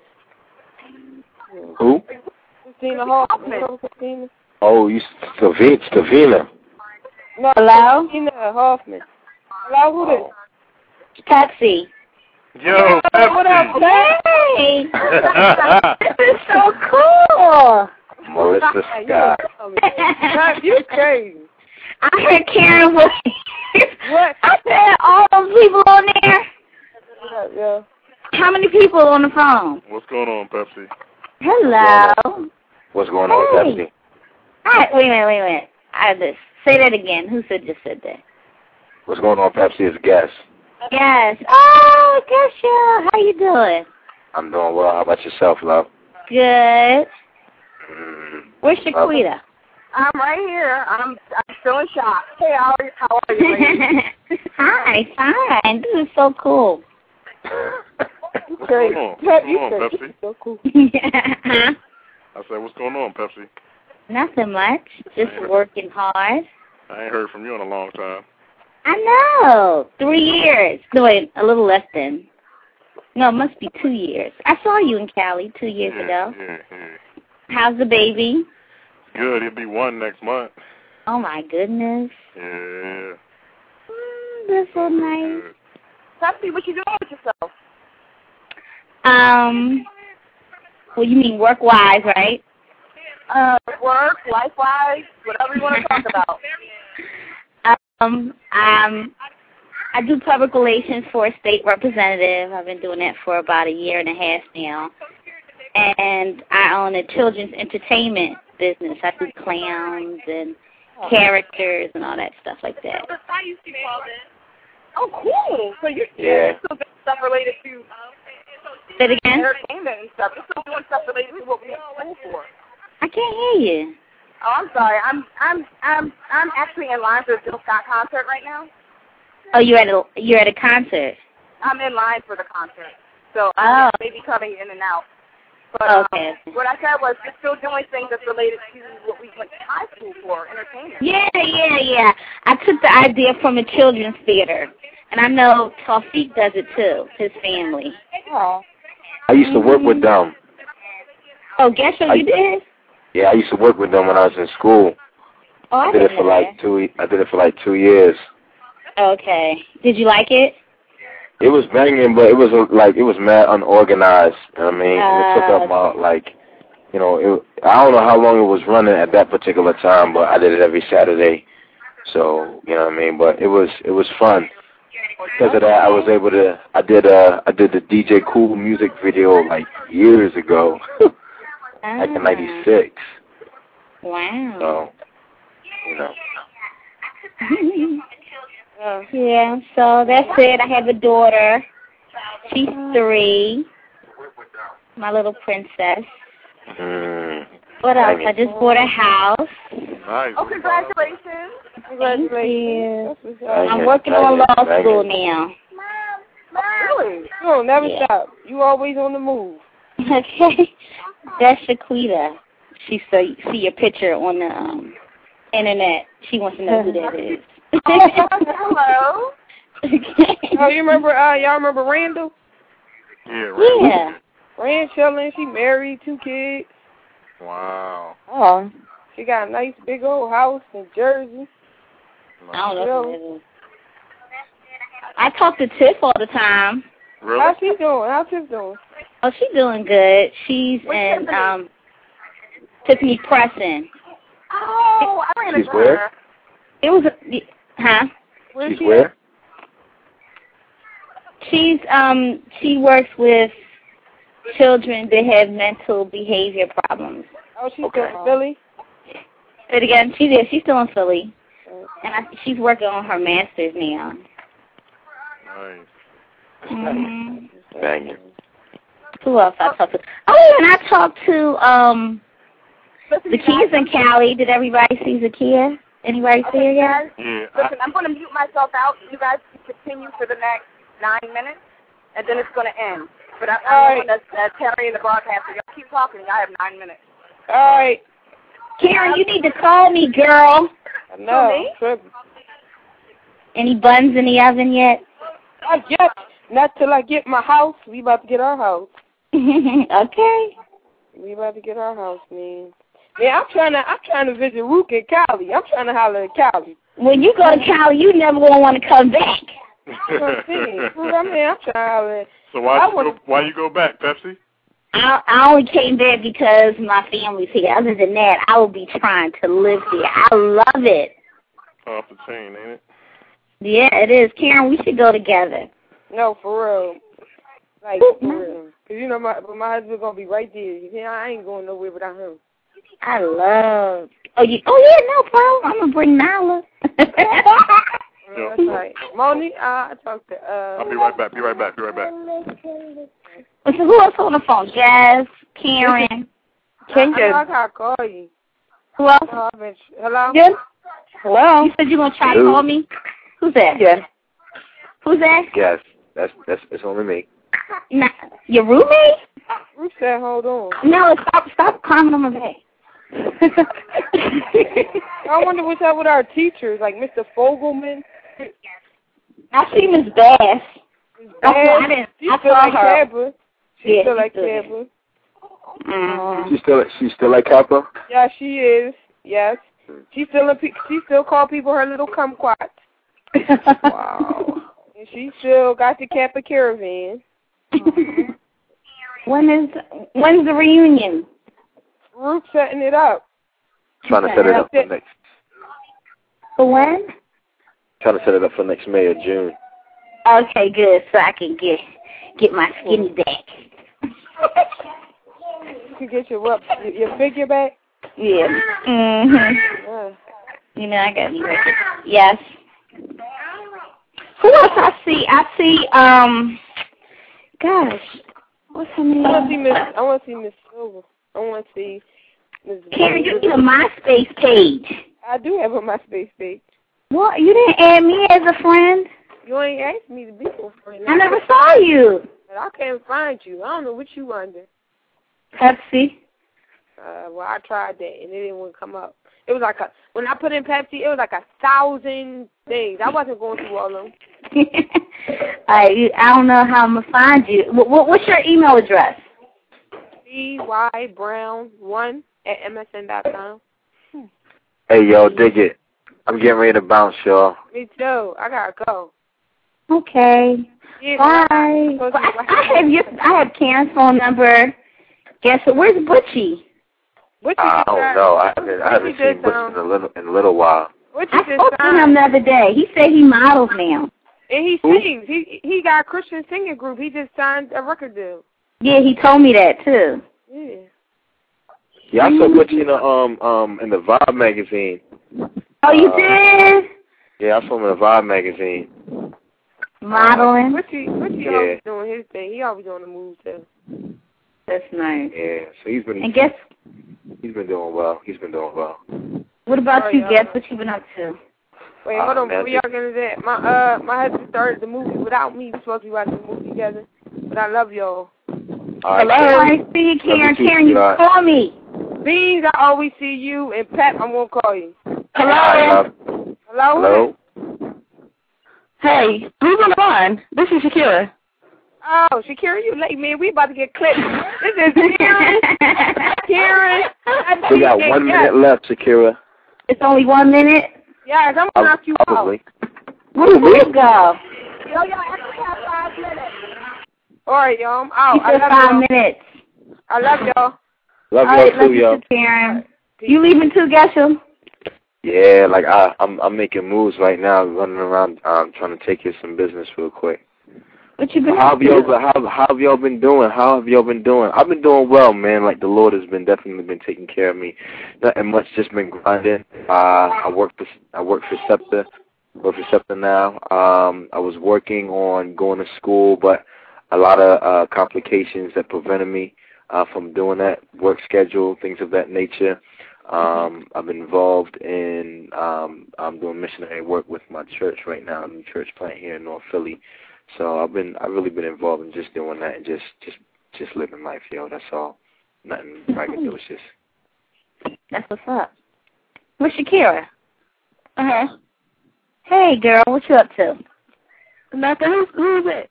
Speaker 5: Yeah.
Speaker 6: Who?
Speaker 5: Christina
Speaker 2: Christina
Speaker 5: Hoffman.
Speaker 2: Hoffman.
Speaker 5: Christina.
Speaker 6: Oh, you Stavina. Stavina.
Speaker 5: No,
Speaker 1: Hello?
Speaker 5: Christina Hoffman. Hello, who the-
Speaker 1: Patsy.
Speaker 4: Oh, Yo,
Speaker 5: What up,
Speaker 4: Pepsi.
Speaker 1: Hey! this is so cool!
Speaker 6: Melissa
Speaker 5: Hey, you
Speaker 6: Scott.
Speaker 5: a- Nah, you crazy.
Speaker 1: I heard Karen was.
Speaker 5: What?
Speaker 1: I said all those people on there.
Speaker 5: What up, yo?
Speaker 1: How many people on the phone?
Speaker 4: What's going on, Pepsi?
Speaker 1: Hello.
Speaker 6: What's going on with
Speaker 1: Hey.
Speaker 6: Pepsi?
Speaker 1: I, wait a minute, wait a minute. I just say that again. Who said just said that?
Speaker 6: What's going on, Pepsi? It's Guess.
Speaker 1: Yes. Oh, Kesha, how you doing?
Speaker 6: I'm doing well. How about yourself, love?
Speaker 1: Good.
Speaker 6: Mm.
Speaker 1: Where's Shaquita?
Speaker 2: I'm right here. I'm, I'm still in shock. Hey, how are you? How are you? ladies?
Speaker 1: Hi, fine. This is so cool.
Speaker 5: You
Speaker 4: What's going
Speaker 5: crazy.
Speaker 4: on? What's
Speaker 5: Yeah, You
Speaker 4: going on,
Speaker 5: crazy.
Speaker 4: Pepsi?
Speaker 5: So cool.
Speaker 1: Huh?
Speaker 4: I said, what's going on, Pepsi?
Speaker 1: Nothing much. Just working hard.
Speaker 4: I ain't heard from you in a long time.
Speaker 1: I know. Three years. No, wait, a little less than. No, it must be two years. I saw you in Cali two years
Speaker 4: yeah,
Speaker 1: ago.
Speaker 4: Yeah, yeah.
Speaker 1: How's the baby?
Speaker 4: Good. It'll be one next month.
Speaker 1: Oh my goodness.
Speaker 4: Yeah.
Speaker 1: Mm, that's so nice.
Speaker 4: Good.
Speaker 2: Pepsi, what you doing with yourself?
Speaker 1: Um, well, you mean work wise, right?
Speaker 2: Uh, work, life wise, whatever you want to talk about.
Speaker 1: Um, um, I do public relations for a state representative. I've been doing that for about a year and a half now. And I own a children's entertainment business. I do clowns and characters and all that stuff like that.
Speaker 2: Oh, cool. So you
Speaker 6: Yeah.
Speaker 2: you're still doing stuff related to
Speaker 1: Say it again.
Speaker 2: entertainment and stuff. You're still doing stuff related to what we have school for.
Speaker 1: I can't hear you.
Speaker 2: Oh, I'm sorry. I'm I'm I'm I'm actually in line for the Jill Scott concert right now.
Speaker 1: Oh, you're at a you're at a concert.
Speaker 2: I'm in line for the concert, so I
Speaker 1: Oh.
Speaker 2: may be coming in and out. But
Speaker 1: Okay.
Speaker 2: um, what I said was, you're still doing things that's related to what we went to high school for, entertainment.
Speaker 1: Yeah, yeah, yeah. I took the idea from a children's theater, and I know Tawfiq does it too. His family.
Speaker 6: I used to work with them.
Speaker 1: Oh, guess what you did?
Speaker 6: Yeah, I used to work with them when I was in school.
Speaker 1: Oh, I
Speaker 6: I did it
Speaker 1: didn't
Speaker 6: for
Speaker 1: know
Speaker 6: like two. ye- I did it for like two years.
Speaker 1: that. Okay. Did you like it?
Speaker 6: It was banging, but it was uh, like it was mad unorganized. You know what I mean, and it
Speaker 1: Uh.
Speaker 6: took up my like, you know, it, I don't know how long it was running at that particular time, but I did it every Saturday. So you know what I mean, but it was it was fun. Because of that, I was able to. I did uh I did the DJ Cool music video like years ago, like in
Speaker 1: Ah.
Speaker 6: '96.
Speaker 1: Wow. Mm.
Speaker 6: So, you know.
Speaker 5: Yeah.
Speaker 1: yeah, so that's it. I have a daughter. She's three. My little princess.
Speaker 6: Mm,
Speaker 1: What else? I just bought a house.
Speaker 4: Nice.
Speaker 2: Oh, congratulations.
Speaker 1: Thank you.
Speaker 5: That's what's up.
Speaker 1: I'm working on law school now.
Speaker 2: Really?
Speaker 5: You don't never
Speaker 1: Yeah.
Speaker 5: stop. You always on the move.
Speaker 1: Okay. That's Shaquita. She saw see your picture on the um, internet. She wants to know who that is.
Speaker 2: Oh, hello.
Speaker 5: Oh, you remember? Uh, y'all remember Randall?
Speaker 4: Yeah, right.
Speaker 1: yeah.
Speaker 5: Rand Sheldon. She married, two kids.
Speaker 4: Wow.
Speaker 1: Oh.
Speaker 5: She got a nice big old house in Jersey.
Speaker 1: I don't know. who that is. I talk to Tiff all the time.
Speaker 4: Really?
Speaker 5: How's she doing? How's she doing?
Speaker 1: Oh, she's doing good. She's
Speaker 2: What's
Speaker 1: in
Speaker 2: Tiffany?
Speaker 1: um Tiffany Preston.
Speaker 2: Oh, I ran
Speaker 6: She's
Speaker 2: into
Speaker 6: where?
Speaker 2: her.
Speaker 1: It was a, huh?
Speaker 5: Where's
Speaker 6: She's
Speaker 5: she?
Speaker 6: where?
Speaker 1: She's um she works with children that have mental behavior problems.
Speaker 5: Oh, she's
Speaker 6: Okay.
Speaker 5: in Philly.
Speaker 1: But again, she did. She's still in Philly, and I, she's working on her master's now.
Speaker 4: Nice.
Speaker 1: Mhm.
Speaker 6: Thank you.
Speaker 1: Who else I talked to? Oh, and I talked to um
Speaker 2: Listen, you guys,
Speaker 1: Zakia's in Cali. Did everybody see Zakia? Anybody see her
Speaker 2: Okay, guys,
Speaker 1: yet?
Speaker 4: Yeah. I,
Speaker 2: listen, I'm going to mute myself out. You guys can continue for the next nine minutes, and then it's going to end. But I,
Speaker 5: All
Speaker 2: I'm
Speaker 5: right.
Speaker 2: going to uh, carry the broadcast. So y'all keep talking. Y'all have nine minutes.
Speaker 5: All right.
Speaker 1: Karen, you need to call me, girl.
Speaker 5: No.
Speaker 2: me?
Speaker 5: tripping.
Speaker 1: Any buns in the oven yet?
Speaker 5: I guess not till I get my house. We about to get our house.
Speaker 1: okay.
Speaker 5: We about to get our house, man. Man, I'm trying to I'm trying to visit Rook in Cali. I'm trying to holler at Cali.
Speaker 1: When you go to Cali, you never gonna want to come back.
Speaker 5: I'm gonna see. I mean, I'm trying to holler. at-
Speaker 4: so why
Speaker 5: I
Speaker 4: you
Speaker 5: wanna-
Speaker 4: go, why you go back, Pepsi?
Speaker 1: I, I only came there because my family's here. Other than that, I would be trying to live here. I love it.
Speaker 4: Off the chain, ain't it?
Speaker 1: Yeah, it is. Karen, we should go together.
Speaker 5: No, for real. Like for real. Cause you know my but my husband gonna be right there. Yeah, I ain't going nowhere without him.
Speaker 1: I love. Oh, you. Oh, yeah, no problem. I'm gonna bring Nala.
Speaker 4: Yeah.
Speaker 5: That's right. Moni, I I talked to
Speaker 4: I'll
Speaker 5: uh
Speaker 4: be right back. Be right back. Be right back.
Speaker 1: so who else on the phone? Jazz, Karen.
Speaker 5: I, I gotta call you.
Speaker 1: Who else?
Speaker 5: Oh, I've been, hello?
Speaker 1: Hello. You said you gonna try to call me. Who's that?
Speaker 5: Yeah.
Speaker 1: Who's that?
Speaker 6: Yes, that's that's it's only me.
Speaker 1: Nah, your roommate?
Speaker 5: Ruth said, hold on.
Speaker 1: No, stop. Stop climbing on my back.
Speaker 5: I wonder what's up with our teachers, like Mr. Fogelman.
Speaker 1: I see Miss Bass. Oh, I didn't.
Speaker 5: She
Speaker 1: I
Speaker 5: feel
Speaker 1: saw
Speaker 5: like
Speaker 1: her.
Speaker 5: Kappa. She
Speaker 1: Yeah,
Speaker 5: feel like
Speaker 1: she did.
Speaker 5: Kappa.
Speaker 1: Mhm.
Speaker 6: She's still she's still at Kappa.
Speaker 5: Yeah, she is. Yes. She still a, pe- she still call people her little kumquats.
Speaker 1: wow.
Speaker 5: And she still got the Kappa caravan.
Speaker 1: when is when's the reunion?
Speaker 5: Ruth setting it up.
Speaker 6: Trying to set it up for next
Speaker 1: For when?
Speaker 6: trying to set it up for next May or June.
Speaker 1: Okay, good. So I can get get my skinny back.
Speaker 5: You can get your what your- your figure back. Uh.
Speaker 1: yeah. Mhm.
Speaker 5: Yeah.
Speaker 1: You know I got me. ready. Yes. Who else I see? I see. Um. Gosh, what's her
Speaker 5: I want to see
Speaker 1: name?
Speaker 5: Miss. I want to see Miss Silver. I want to see Miss.
Speaker 1: Karen, you need a MySpace page.
Speaker 5: I do have a MySpace page.
Speaker 1: What? You didn't add me as a friend?
Speaker 5: You ain't asked me to be your friend.
Speaker 1: I never saw you.
Speaker 5: But I can't find you. I don't know what you under.
Speaker 1: Pepsi.
Speaker 5: Uh, well, I tried that and it didn't want to come up. It was like a when I put in Pepsi, it was like a thousand things. I wasn't going through all of them.
Speaker 1: I I don't know how I'm gonna find you. What, what what's your email address?
Speaker 5: B Y Brown one at msn dot com.
Speaker 6: Hey yo, dig it. I'm getting ready to bounce, y'all.
Speaker 5: Me too. I gotta go.
Speaker 1: Okay.
Speaker 5: Yeah,
Speaker 1: Bye.
Speaker 5: I'm
Speaker 1: Well,
Speaker 5: supposed to-
Speaker 1: I, I have your I have Karen's phone number. Guess what? Where's Butchie?
Speaker 5: What you
Speaker 6: I
Speaker 5: just
Speaker 6: don't
Speaker 5: said-
Speaker 6: know. I haven't I haven't
Speaker 5: What you
Speaker 6: seen
Speaker 5: just,
Speaker 6: Bush in a
Speaker 5: um,
Speaker 6: little in a little while.
Speaker 5: what you
Speaker 1: I
Speaker 5: just
Speaker 1: spoke to
Speaker 5: signed?
Speaker 1: him the other day. He said he models now.
Speaker 5: And he
Speaker 6: Who?
Speaker 5: sings. He he got a Christian singing group. He just signed a record deal.
Speaker 1: Yeah, he told me that too.
Speaker 5: Yeah.
Speaker 6: Yeah, I saw Gucci in the um um in the Vibe magazine.
Speaker 1: Oh, you
Speaker 6: Uh,
Speaker 1: did?
Speaker 6: Yeah, I saw him in the Vibe magazine.
Speaker 5: uh,
Speaker 1: Modeling?
Speaker 5: Richie, Richie
Speaker 6: Yeah.
Speaker 5: always doing his thing. He always on the move too.
Speaker 1: That's nice.
Speaker 6: Yeah, so he's been
Speaker 1: And guess,
Speaker 6: he's been doing well. He's been doing well.
Speaker 1: what about
Speaker 5: Oh,
Speaker 1: you,
Speaker 5: yeah.
Speaker 1: Guess? What you been up to?
Speaker 5: Wait,
Speaker 6: Ah,
Speaker 5: hold on.
Speaker 6: man,
Speaker 5: Before y'all get into that, my uh, my husband started the movie without me. We supposed to be watching the movie together, but I love y'all.
Speaker 6: All right,
Speaker 1: Hello? I
Speaker 6: Karen.
Speaker 1: see you, Karen.
Speaker 6: Love you too,
Speaker 1: Karen, you
Speaker 6: sweetheart.
Speaker 1: call me.
Speaker 5: Beans, I always see you, and Pat, I'm gonna call you.
Speaker 6: All right,
Speaker 7: Hello.
Speaker 6: love.
Speaker 5: Hello.
Speaker 6: Hello.
Speaker 7: Hey, who's on the line? This is Shakira.
Speaker 5: Oh, Shakira, you late, man. We about to get clipped. this is Karen. Karen. I
Speaker 6: We got
Speaker 5: think-
Speaker 6: one
Speaker 5: yes.
Speaker 6: minute left, Shakira.
Speaker 1: It's only one minute.
Speaker 5: Yes, I'm gonna knock you out.
Speaker 6: Probably.
Speaker 1: Where did you go?
Speaker 2: Yo, y'all actually have five minutes.
Speaker 5: All right, y'all. I'm out.
Speaker 1: You
Speaker 5: Oh, I
Speaker 1: said
Speaker 5: love
Speaker 1: five
Speaker 5: y'all.
Speaker 1: minutes.
Speaker 5: I love y'all.
Speaker 6: Love
Speaker 1: All right,
Speaker 6: y'all
Speaker 1: love
Speaker 6: too,
Speaker 1: you
Speaker 6: yo.
Speaker 1: too, Karen. You leaving too, Gesha?
Speaker 6: Yeah, like I, I'm I'm making moves right now, running around, um, trying to take you some business real quick.
Speaker 1: What you been
Speaker 6: How
Speaker 1: up
Speaker 6: have y'all
Speaker 1: to?
Speaker 6: been, how, how have y'all been doing? How have y'all been doing? I've been doing well, man. Like the Lord has been definitely been taking care of me. Nothing much, just been grinding. Uh, I work for I work for SEPTA, work for SEPTA now. Um, I was working on going to school, but a lot of uh, complications that prevented me uh, from doing that. Work schedule, things of that nature. Um, I'm involved in um, I'm doing missionary work with my church right now, a new church plant here in North Philly. So I've been I've really been involved in just doing that and just just just living life, yo. That's all. Nothing I can do is just
Speaker 1: That's what's up. Where's Shakira? Uh-huh.
Speaker 7: Uh huh.
Speaker 1: Hey, girl, what you up to?
Speaker 7: Nothing. Who's, who's it?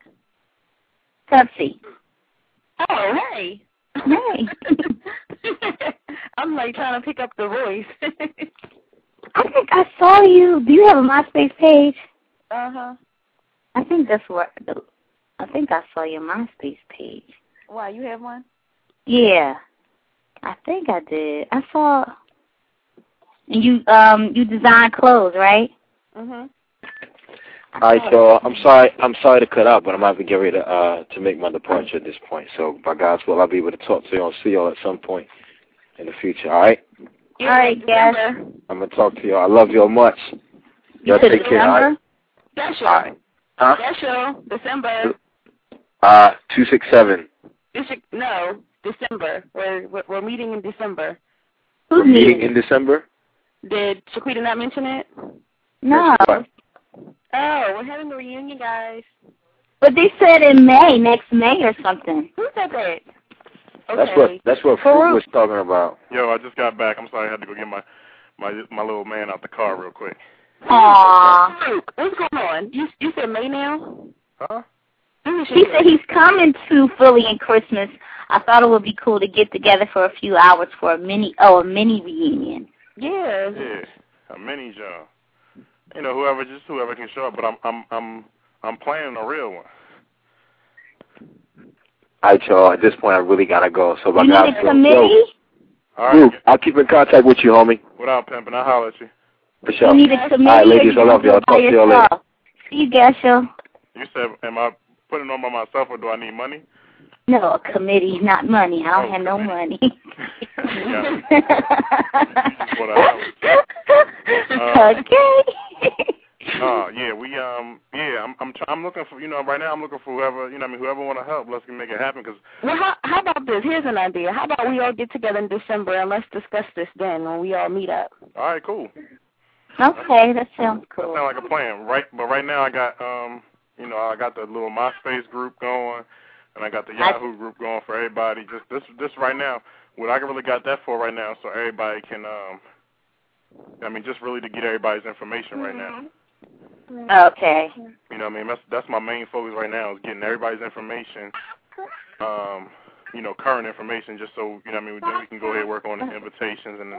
Speaker 1: Pepsi.
Speaker 7: Oh, hey.
Speaker 1: Hey.
Speaker 7: I'm like trying to pick up the voice.
Speaker 1: I think I saw you. Do you have a MySpace page?
Speaker 7: uh huh.
Speaker 1: I think that's where. The, I think I saw your MySpace page.
Speaker 7: Why you have one?
Speaker 1: Yeah, I think I did. I saw. And you um you design clothes, right?
Speaker 7: Mhm.
Speaker 6: All right, y'all. I'm sorry. I'm sorry to cut out, but I'm gonna have to get ready to uh to make my departure at this point. So by God's will, I'll be able to talk to y'all, and see y'all at some point in the future. All right.
Speaker 1: All right, guys.
Speaker 6: I'm gonna talk to y'all. I love y'all much. Y'all
Speaker 1: said
Speaker 6: take care. All right.
Speaker 7: Special.
Speaker 6: All right. Huh?
Speaker 7: Special. December.
Speaker 6: Uh, two six seven.
Speaker 7: This should, no, December. We're, we're we're meeting in December.
Speaker 1: Who's
Speaker 6: meeting
Speaker 1: meeting?
Speaker 6: in December.
Speaker 7: Did Shaquita not mention it?
Speaker 1: No,
Speaker 6: What?
Speaker 7: Oh, we're having a reunion, guys.
Speaker 1: but they said in May, next May or something.
Speaker 7: Who said that?
Speaker 6: That's what.
Speaker 7: Okay.
Speaker 6: That's what Fruit was talking about.
Speaker 4: Yo, I just got back. I'm sorry, I had to go get my my my little man out the car real quick.
Speaker 1: Aww.
Speaker 7: Luke, what's going on? You you said May now?
Speaker 4: Huh?
Speaker 7: This is
Speaker 1: He
Speaker 7: Shaquita.
Speaker 1: said he's coming to Philly in Christmas. I thought it would be cool to get together for a few hours for a mini oh a mini reunion.
Speaker 7: Yeah.
Speaker 4: Yeah, a mini job. You know, whoever just whoever can show up. But I'm I'm I'm I'm planning a real one.
Speaker 6: All right, y'all. At this point, I really gotta go. So by
Speaker 1: you
Speaker 6: God's
Speaker 1: need
Speaker 6: will,
Speaker 1: a
Speaker 6: yo.
Speaker 1: committee.
Speaker 4: All right,
Speaker 6: Luke, I'll keep in contact with you, homie.
Speaker 4: without pimping, I'll holler at you.
Speaker 6: For sure.
Speaker 1: You need a committee.
Speaker 6: All right, ladies,
Speaker 1: or
Speaker 6: I
Speaker 1: you
Speaker 6: love
Speaker 1: can do
Speaker 6: y'all.
Speaker 1: it by
Speaker 6: Talk to y'all later.
Speaker 1: yourself? See you, Gasha.
Speaker 4: You said, am I putting it on by myself or do I need money?
Speaker 1: No, a committee, not money. I don't
Speaker 4: Oh,
Speaker 1: have no money.
Speaker 4: committee. yeah. What Uh,
Speaker 1: okay.
Speaker 4: Oh yeah, we um yeah, I'm I'm try- I'm looking for you know right now I'm looking for whoever you know what I mean whoever want to help. Let's make it happen because
Speaker 7: Well, how, how about this? Here's an idea. How about we all get together in December and let's discuss this then when we all meet up?
Speaker 4: all right, cool.
Speaker 1: okay, that sounds
Speaker 4: That
Speaker 1: cool.
Speaker 4: sounds like a plan. Right, but right now I got um you know I got the little MySpace group going, and I got the
Speaker 1: I-
Speaker 4: Yahoo group going for everybody. Just this this right now, what I really got that for right now, so everybody can um. I mean, just really to get everybody's information right now.
Speaker 1: Okay.
Speaker 4: You know, what I mean, that's that's my main focus right now is getting everybody's information, um, you know, current information, just so you know, what I mean, then we can go ahead and work on the invitations and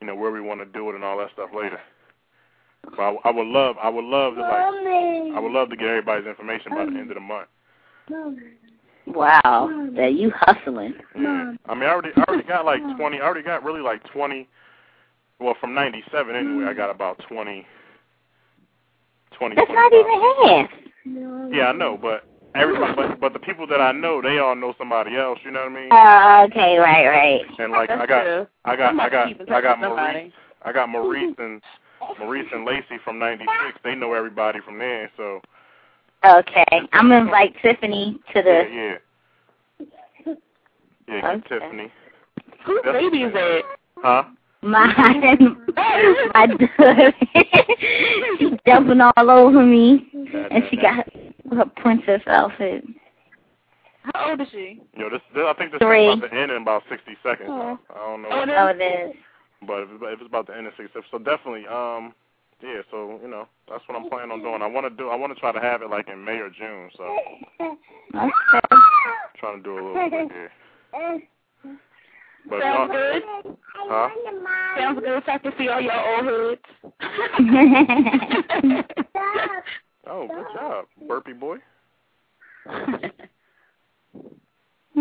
Speaker 4: you know where we want to do it and all that stuff later. But I, I would love, I would love to like I would love to get everybody's information by the end of the month.
Speaker 1: Wow, that you hustling.
Speaker 4: Yeah. I mean, I already, I already got like 20. I already got really like 20. Well, from 97 anyway, I got about 20. 20
Speaker 1: That's not
Speaker 4: 25.
Speaker 1: even half.
Speaker 4: Yeah, I know, but everybody, but, but the people that I know, they all know somebody else. You know what I mean?
Speaker 1: Oh, okay, right, right.
Speaker 4: And like I got, I got, I got, I got Maurice, I got Maurice and Maurice and Lacey from '96. They know everybody from there. So
Speaker 1: Okay, I'm gonna invite Tiffany to the.
Speaker 4: yeah, yeah, yeah. Get
Speaker 1: Okay.
Speaker 4: Tiffany,
Speaker 7: Whose
Speaker 4: That's-
Speaker 7: baby is that?
Speaker 4: huh?
Speaker 1: Mine, my daughter, she's jumping all over me, and she got her, her princess outfit.
Speaker 8: How old is she?
Speaker 4: Yo, this, this I think this
Speaker 1: Three.
Speaker 4: is about to end in about 60 seconds.
Speaker 8: Oh.
Speaker 4: I don't know,
Speaker 8: Oh, it is?
Speaker 1: Oh, this.
Speaker 4: but if, it's- if it's about to end in 60 seconds, so definitely, um, yeah. So you know, that's what I'm planning on doing. I want to do, I want to try to have it like in May or June. So
Speaker 1: Okay.
Speaker 4: trying to do a little bit here. But
Speaker 7: Sounds
Speaker 4: uh,
Speaker 7: good.
Speaker 4: huh?
Speaker 7: Sounds good. So I can see all your old hoods.
Speaker 4: Oh, good job, Burpee boy.
Speaker 1: Mhm.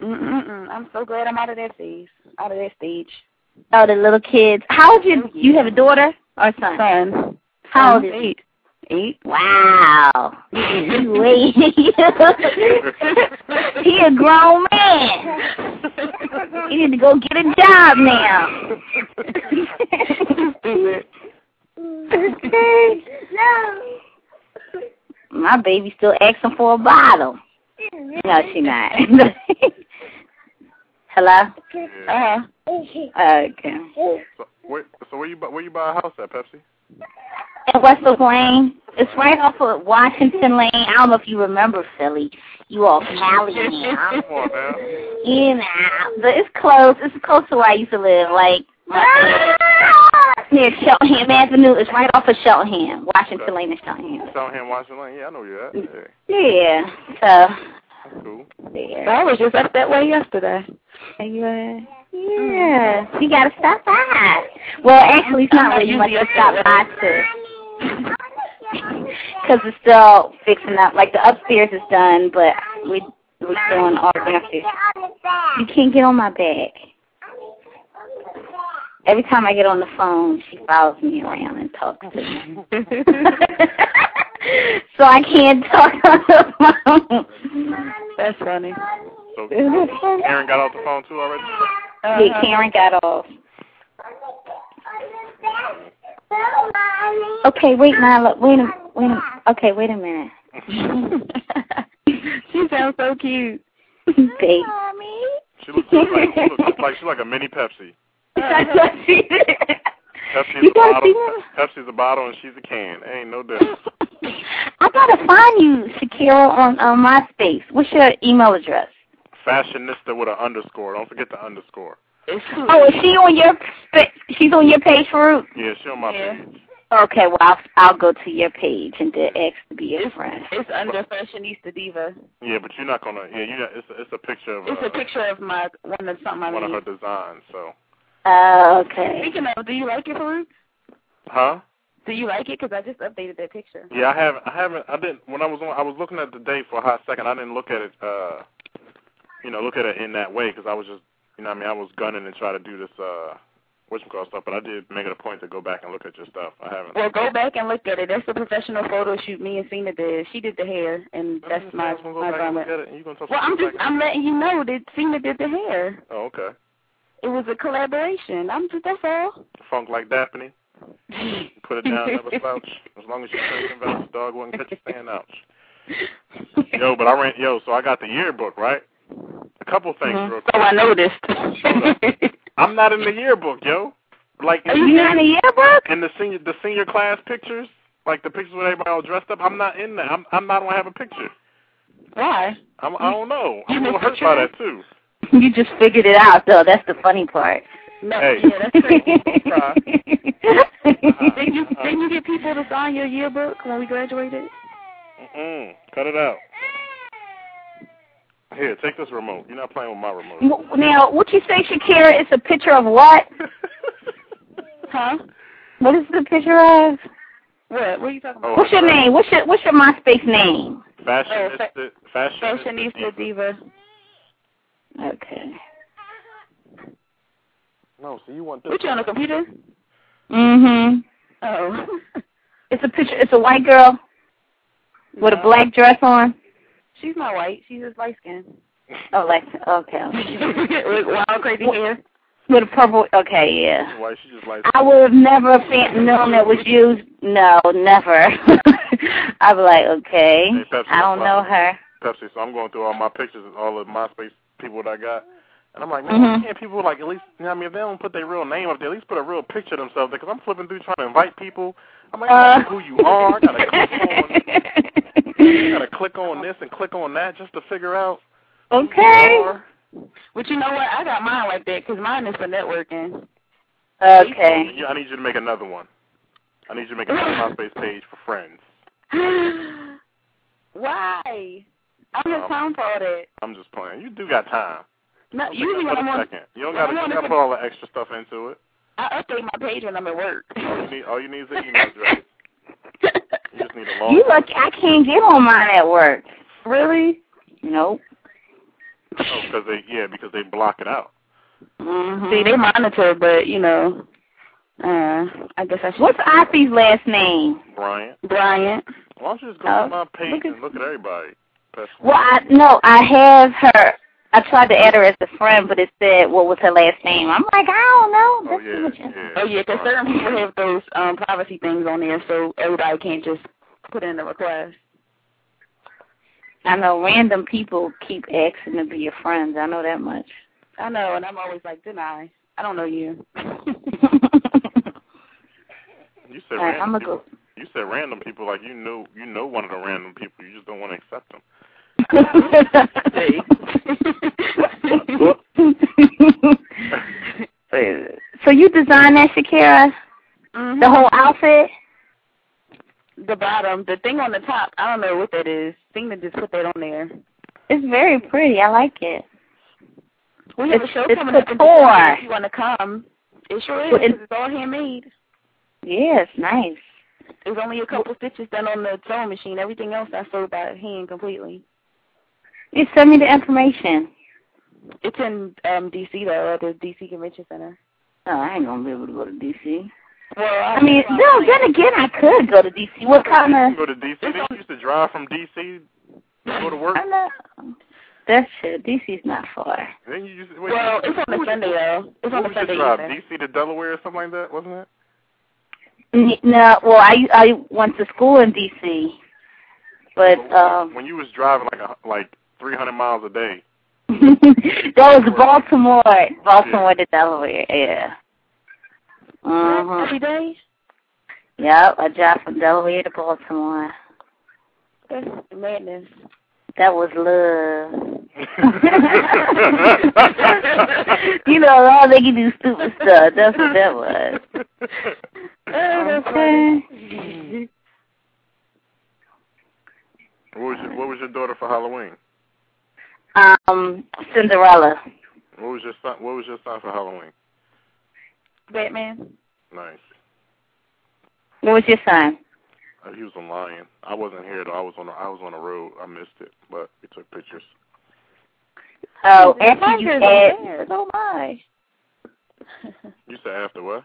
Speaker 7: Mm-mm-mm. I'm so glad I'm out of that stage. Out of that stage.
Speaker 1: Oh, the little kids. How old you? You have a daughter or son?
Speaker 7: Son.
Speaker 1: How old
Speaker 7: Son's
Speaker 1: is he?
Speaker 7: eight? Eight.
Speaker 1: Wow. You Wait. he a grown man. He need to go get a job now.
Speaker 7: Stupid.
Speaker 1: My baby still asking for a bottle. No, she not. Hello?
Speaker 4: Yeah.
Speaker 1: Uh,
Speaker 7: Uh-huh.
Speaker 1: Okay.
Speaker 4: So where, so where you bu- where you buy a house at, Pepsi?
Speaker 1: And Westbrook Lane. It's right off of Washington Lane. I don't know if you remember Philly. You all Cali now.
Speaker 4: Come on now.
Speaker 1: You know, but it's close. It's close to where I used to live. Like my- near Cheltenham Avenue. It's right off of Cheltenham, Washington Lane and Cheltenham.
Speaker 4: South Ham, Washington Lane. Yeah, I know you're at. Yeah,
Speaker 1: Yeah. So
Speaker 4: that's cool.
Speaker 1: there.
Speaker 7: I was just up that way yesterday.
Speaker 1: Yeah. You gotta stop by. Well, actually, it's not really much to stop by to. Because it's still fixing up. Like the upstairs is done, but we we're doing all the downstairs. You can't get on my back. Every time I get on the phone, she follows me around and talks to me. so I can't talk on the phone.
Speaker 7: That's funny.
Speaker 4: So Karen got off the phone too already.
Speaker 1: Yeah,
Speaker 7: Uh-huh.
Speaker 1: Karen got off. Okay, wait, Nyla. Wait a wait a okay, wait a minute.
Speaker 7: she sounds so cute.
Speaker 1: Babe.
Speaker 4: She looks just like she looks just like she's like a mini Pepsi.
Speaker 7: Uh-huh.
Speaker 4: Pepsi's
Speaker 1: You
Speaker 4: a
Speaker 1: gotta
Speaker 4: bottle.
Speaker 1: see
Speaker 4: Pepsi's a bottle and she's a can. Ain't no difference.
Speaker 1: I gotta find you, Shakira, on on MySpace. What's your email address?
Speaker 4: Fashionista with an underscore. Don't forget the underscore.
Speaker 1: Oh, is she on your? sp- She's on your page, Farouk.
Speaker 4: Yeah, she on my page.
Speaker 1: Okay, well, I'll, I'll go to your page and then ask to be your friend.
Speaker 7: It's under Fashionista Diva.
Speaker 4: Yeah, but you're not gonna. Yeah, you. It's a, it's a picture of
Speaker 7: It's
Speaker 4: uh,
Speaker 7: a picture of my one of something I
Speaker 4: one of her
Speaker 7: made.
Speaker 4: designs. So,
Speaker 1: Oh, okay.
Speaker 7: Speaking of, do you like it, Farouk?
Speaker 4: huh?
Speaker 7: Do you like it? Because I just updated that picture.
Speaker 4: Yeah, I haven't. I haven't. I didn't. When I was on, I was looking at the date for a hot second. I didn't look at it. uh You know, look at it in that way because I was just. You know, what I mean, I was gunning and try to do this. uh what you call stuff, but I did make it a point to go back and look at your stuff. I haven't.
Speaker 7: Well, go back and look at it. That's the professional photo shoot me and Cena did. She did the hair, and that's
Speaker 4: Just
Speaker 7: my
Speaker 4: ask them to Mm-hmm. go
Speaker 7: my
Speaker 4: back and
Speaker 7: garment.
Speaker 4: look at it, and you gonna talk
Speaker 7: Well, I'm
Speaker 4: about
Speaker 7: just I'm letting you know that Cena did the hair.
Speaker 4: Oh, okay.
Speaker 7: It was a collaboration. I'm just that's all.
Speaker 4: Funk like Daphne. Put it down, never slouch. As long as you drink and the dog wouldn't catch you staying out. Yo, but I ran. Yo, so I got the yearbook right. A couple things
Speaker 7: So
Speaker 4: real quick.
Speaker 7: Uh-huh. Oh, I noticed.
Speaker 4: I'm not in the yearbook, yo. Like
Speaker 7: Are you not in the yearbook?
Speaker 4: in the senior the senior class pictures, like the pictures with everybody all dressed up. I'm not in that. I'm I'm not gonna have a picture.
Speaker 7: Why?
Speaker 4: I'm I don't know.
Speaker 7: You
Speaker 4: I'm a little
Speaker 7: missed
Speaker 4: hurt
Speaker 7: the
Speaker 4: by that too.
Speaker 1: You just figured it out, though. That's the funny part.
Speaker 7: No.
Speaker 4: Hey.
Speaker 7: Yeah, that's crazy.
Speaker 4: Uh-uh. Uh,
Speaker 7: Didn't you, didn't you get people to sign your yearbook when we graduated?
Speaker 4: uh, Mm-mm. Cut it out. Here, take this remote. You're not playing with my remote.
Speaker 1: W- now, what you say, Shakira? It's a picture of what?
Speaker 7: Huh?
Speaker 1: What is the picture of?
Speaker 7: What? What are you talking about?
Speaker 4: Oh,
Speaker 1: What's your name? What's your What's your MySpace name?
Speaker 4: Fashionista, fashionista,
Speaker 7: Fashionista
Speaker 4: diva.
Speaker 7: Diva.
Speaker 1: Okay.
Speaker 4: No, so you want this?
Speaker 7: What you on a computer?
Speaker 1: Mhm.
Speaker 7: Oh.
Speaker 1: It's a picture. It's a white girl. With a black dress on?
Speaker 8: She's not white. She's just light skinned.
Speaker 1: Oh, like okay.
Speaker 8: With wild, crazy hair.
Speaker 1: With a purple. Okay, yeah.
Speaker 4: Why she just like
Speaker 1: I would have never fa- known that was you. No, never. I'd be like, okay,
Speaker 4: Hey, Pepsi,
Speaker 1: I don't know her.
Speaker 4: Pepsi, so I'm going through all my pictures of all of MySpace people that I got. And I'm like, man,
Speaker 1: Mhm.
Speaker 4: can't people like at least, you know, what I mean, if they don't put their real name up there, at least put a real picture of themselves there. Because I'm flipping through trying to invite people. I'm like,
Speaker 1: Uh,
Speaker 4: I don't know who you are. I gotta click on, I gotta click on this and click on that just to figure out.
Speaker 1: okay.
Speaker 4: Or,
Speaker 8: But you know what? I got mine like that because mine is for networking.
Speaker 1: Okay.
Speaker 4: Yeah, I need you to make another one. I need you to make another MySpace page for friends.
Speaker 8: Why? I don't
Speaker 4: Um,
Speaker 8: have time for all that.
Speaker 4: I'm just playing. You do got time.
Speaker 8: No,
Speaker 4: Don't
Speaker 8: usually
Speaker 4: think
Speaker 8: when
Speaker 4: I
Speaker 8: I'm
Speaker 4: put a
Speaker 8: on,
Speaker 4: second. You don't
Speaker 8: when
Speaker 4: gotta,
Speaker 8: I'm
Speaker 4: you
Speaker 8: on
Speaker 4: gotta
Speaker 8: the-
Speaker 4: put all the extra stuff into it.
Speaker 8: I update my page when I'm at work.
Speaker 4: All you need, all you need is an email address. You just need a long.
Speaker 1: You lucky I can't get on mine at work.
Speaker 5: Really?
Speaker 1: Nope.
Speaker 4: Oh, because they yeah, because they block it out.
Speaker 1: Mhm.
Speaker 8: See, they monitor, but you know, uh, I guess I should.
Speaker 1: What's Ossie's last name?
Speaker 4: Bryant,
Speaker 8: Bryant?
Speaker 4: why don't you just go
Speaker 1: Oh,
Speaker 4: to my page
Speaker 1: look at-
Speaker 4: and look at everybody? That's
Speaker 1: Well, I no, I have her. I tried to add her as a friend, but it said what was her last name. I'm like, I don't
Speaker 4: oh
Speaker 1: know. Let's see
Speaker 4: yeah,
Speaker 1: what you-
Speaker 4: yeah.
Speaker 8: Oh yeah, because
Speaker 4: Bryant.
Speaker 8: certain people have those um privacy things on there, so everybody can't just put in a request.
Speaker 1: I know random people keep asking to be your friends. I know that much.
Speaker 8: I know, and I'm always like, deny. I don't know you.
Speaker 4: You said
Speaker 1: Alright,
Speaker 4: random
Speaker 1: I'ma
Speaker 4: people.
Speaker 1: go.
Speaker 4: You said random people like you know you know one of the random people. You just don't want to accept them.
Speaker 8: See?
Speaker 1: so you designed that, Shakira?
Speaker 8: Mhm.
Speaker 1: The whole outfit?
Speaker 8: the bottom, the thing on the top. I don't know what that is. Thing that just put that on there.
Speaker 1: It's very pretty. I like it.
Speaker 8: We have
Speaker 1: It's-
Speaker 8: a show
Speaker 1: it's
Speaker 8: coming
Speaker 1: the
Speaker 8: up in
Speaker 1: tour.
Speaker 8: December if you want to come. It sure is.
Speaker 1: Well, it-
Speaker 8: 'cause it's all handmade.
Speaker 1: Yeah, it's nice.
Speaker 8: There's only a couple stitches done on the sewing machine. Everything else I sewed by hand completely.
Speaker 1: You send me the information.
Speaker 8: It's in um DC though, at the DC Convention Center.
Speaker 1: Oh, I ain't gonna be able to go to DC.
Speaker 8: Well, uh,
Speaker 1: I mean, no. Then again, I could go to DC. What kind
Speaker 4: You go to DC. They used to drive from DC to go to
Speaker 1: of?
Speaker 4: work.
Speaker 1: I know. That's true. DC's not far.
Speaker 4: Then you used to, wait,
Speaker 8: Well,
Speaker 4: who
Speaker 8: it's on
Speaker 4: would
Speaker 8: a
Speaker 4: you-
Speaker 8: Sunday though. It's
Speaker 4: Who
Speaker 8: on
Speaker 4: would
Speaker 8: a
Speaker 4: you
Speaker 8: Sunday
Speaker 4: drive
Speaker 8: evening.
Speaker 4: DC to Delaware or something like that? Wasn't it?
Speaker 1: N- No, well, I I went to school in DC, but um,
Speaker 4: when you was driving like a, like 300 miles a day.
Speaker 1: that was Baltimore, Baltimore to Delaware. Yeah.
Speaker 8: Every
Speaker 1: Mhm.
Speaker 8: day.
Speaker 1: Yep, I drive from Delaware to Baltimore.
Speaker 8: That's madness.
Speaker 1: That was love.
Speaker 4: you
Speaker 1: you know, all they can do stupid stuff. That's what that was.
Speaker 8: Oh, Okay.
Speaker 4: What was your What was your daughter for Halloween?
Speaker 1: Um, Cinderella.
Speaker 4: What was your son? What was your son for Halloween?
Speaker 8: Batman.
Speaker 4: Nice.
Speaker 1: What was your sign?
Speaker 4: Uh, He was a lion. I wasn't here though. I was on. The, I was on the road. I missed it, but we took pictures.
Speaker 1: Oh, after you
Speaker 8: Tigers
Speaker 1: add,
Speaker 8: and bears. Oh my.
Speaker 4: You said after what?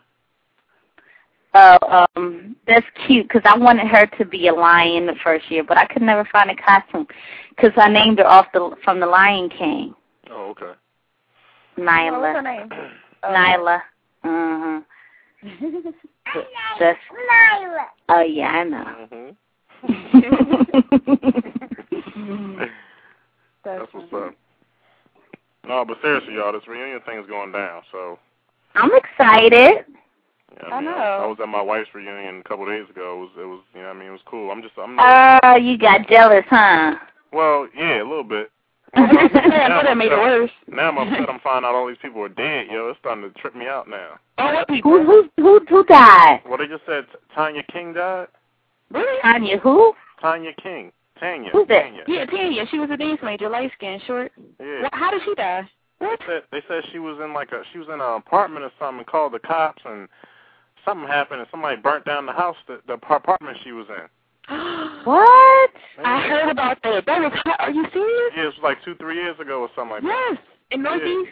Speaker 1: oh, um, that's cute because I wanted her to be a lion the first year, but I could never find a costume because I named her off the from the Lion King,
Speaker 4: Oh, okay.
Speaker 8: Oh, what's her
Speaker 1: Nyla. Um,
Speaker 8: name?
Speaker 1: Nyla. Uh huh. That's Nyla. Oh yeah, I know.
Speaker 4: Mhm.
Speaker 8: That's
Speaker 4: That's what's up. No, but seriously, y'all, this reunion thing is going down. So
Speaker 1: I'm excited.
Speaker 4: Yeah,
Speaker 8: I
Speaker 4: mean,
Speaker 8: know.
Speaker 4: I was at my wife's reunion a couple days ago. It was, it was, you know, what I mean, it was cool. I'm just, I'm
Speaker 8: Uh,
Speaker 4: not.
Speaker 1: Oh, you got jealous, huh?
Speaker 4: well, yeah, a little bit.
Speaker 8: I thought that made it worse.
Speaker 4: Now I'm upset. I'm finding out all these people are dead. Yo, it's starting to trip me out now.
Speaker 8: Oh, what people?
Speaker 1: Who who who who died?
Speaker 4: Well, they just said T- Tanya King died.
Speaker 8: Really?
Speaker 1: Tanya, who?
Speaker 4: Tanya King. Tanya.
Speaker 1: Who's that?
Speaker 4: Tanya.
Speaker 8: Yeah, Tanya. She was a dance major, light skin, short.
Speaker 4: Yeah.
Speaker 8: Wha How did she die? What?
Speaker 4: They said, they said she was in like a she was in an apartment or something and called the cops and something happened and somebody burnt down the house that the par- apartment she was in.
Speaker 1: What?
Speaker 8: I heard about that. That was. Hot. Are you serious?
Speaker 4: Yeah, it was like two three years ago or something like that.
Speaker 8: Yes. In Northeast.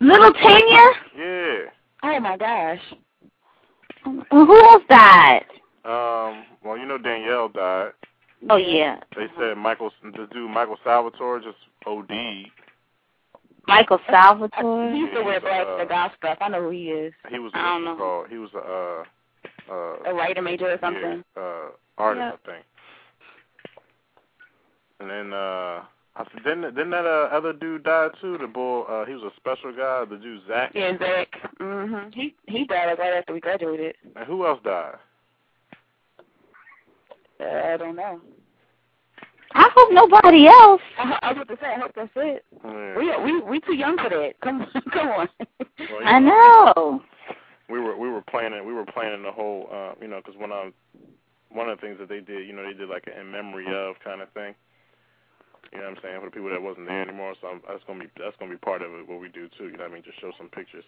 Speaker 1: Little Tanya?
Speaker 4: Yeah.
Speaker 8: Oh my gosh.
Speaker 1: Who else died?
Speaker 4: Um. Well, you know Danielle died.
Speaker 1: Oh yeah,
Speaker 4: They said Michael, the dude Michael Salvatore just OD'd.
Speaker 1: Michael
Speaker 8: He
Speaker 1: Salvatore.
Speaker 8: used to wear black
Speaker 4: Uh,
Speaker 8: the gospel. I know who he is.
Speaker 4: He was
Speaker 1: I don't
Speaker 4: what you
Speaker 1: know.
Speaker 4: call- He was a uh, uh,
Speaker 8: A writer major or something.
Speaker 4: Yeah, uh, artist, I think. And then uh, I said, didn't didn't that uh, other dude die too? The boy, uh, he was a special guy. The dude Zach.
Speaker 8: Yeah, Zach. Mhm. He he died like right after we graduated.
Speaker 4: And who else died?
Speaker 8: Uh, I don't know.
Speaker 1: I hope nobody else.
Speaker 8: I, I was about to say. I hope that's it.
Speaker 4: Yeah.
Speaker 8: We we we too young for that. Come come on.
Speaker 4: Well, you
Speaker 1: I know.
Speaker 4: we were we were planning we were planning the whole uh you know because when I one of the things that they did you know they did like an in memory of kind of thing you know what I'm saying for the people that wasn't there anymore so I'm, that's gonna be that's gonna be part of it, what we do too you know what I mean just show some pictures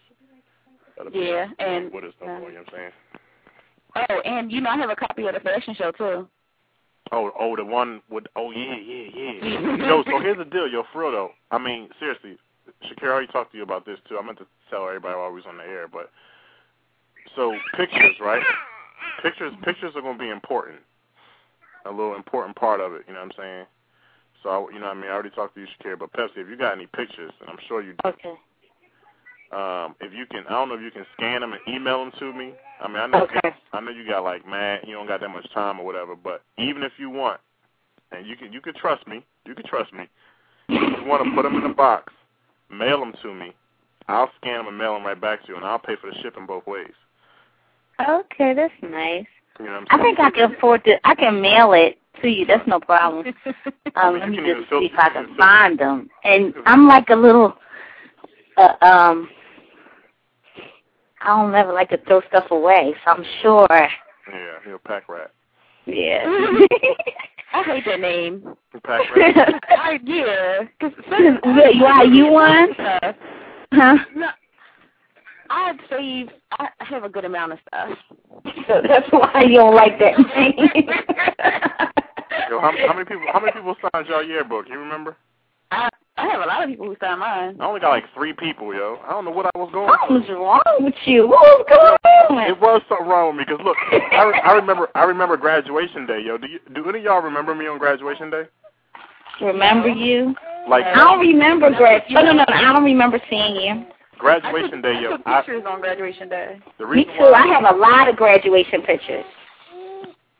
Speaker 4: of the
Speaker 8: Yeah,
Speaker 4: people who ain't
Speaker 8: and,
Speaker 4: with us no
Speaker 8: uh,
Speaker 4: more you know what I'm saying
Speaker 8: Oh, and you know I have a copy of the fashion show too.
Speaker 4: oh oh the one with oh yeah yeah yeah yo so here's the deal yo for real though I mean seriously Shakira I already talked to you about this too I meant to tell everybody while we was on the air but so pictures right pictures pictures are going to be important a little important part of it you know what i'm saying so I, you know what i mean i already talked to you Shakira, but pepsi if you got any pictures and i'm sure you do
Speaker 1: Okay.
Speaker 4: um if you can i don't know if you can scan them and email them to me i mean i know
Speaker 1: Okay.
Speaker 4: i know you got like man you don't got that much time or whatever but even if you want and you can you can trust me you can trust me if you want to put them in a box mail them to me i'll scan them and mail them right back to you and i'll pay for the shipping both ways
Speaker 1: Okay, that's nice.
Speaker 4: you know what i'm
Speaker 1: I
Speaker 4: saying
Speaker 1: think I can afford to. I can mail it to you. That's no problem. Um, let me
Speaker 4: You can
Speaker 1: just
Speaker 4: even
Speaker 1: see if
Speaker 4: filter-
Speaker 1: I can find them. And I'm like a little. Uh, um. I don't ever like to throw stuff away, so I'm sure.
Speaker 4: yeah he'll pack rat
Speaker 1: Yeah.
Speaker 8: I hate that name.
Speaker 4: Pack rat.
Speaker 8: I, yeah. Cause some-
Speaker 1: Wait, you are you one?
Speaker 8: stuff.
Speaker 1: Huh?
Speaker 8: No, I save. I I have a good amount of stuff.
Speaker 1: So that's why you don't like that name.
Speaker 4: Yo, how, how many people? How many people signed y'all yearbook? You remember?
Speaker 8: I I have a lot of people who sign mine.
Speaker 4: I only got like three people, yo. I don't know what I was going.
Speaker 1: Something's wrong with you. What was going on?
Speaker 4: It was something wrong with me because look, I, re- I remember I remember graduation day, yo. Do you, do any of y'all remember me on graduation day?
Speaker 1: Remember you?
Speaker 4: Like
Speaker 1: I don't remember, Greg. No, no, no. I don't remember seeing you.
Speaker 4: graduation day,
Speaker 8: I
Speaker 4: yo.
Speaker 8: took
Speaker 4: I,
Speaker 8: pictures on graduation day.
Speaker 4: the
Speaker 1: Me
Speaker 4: reason
Speaker 1: too. I
Speaker 4: why
Speaker 1: have a lot of graduation pictures.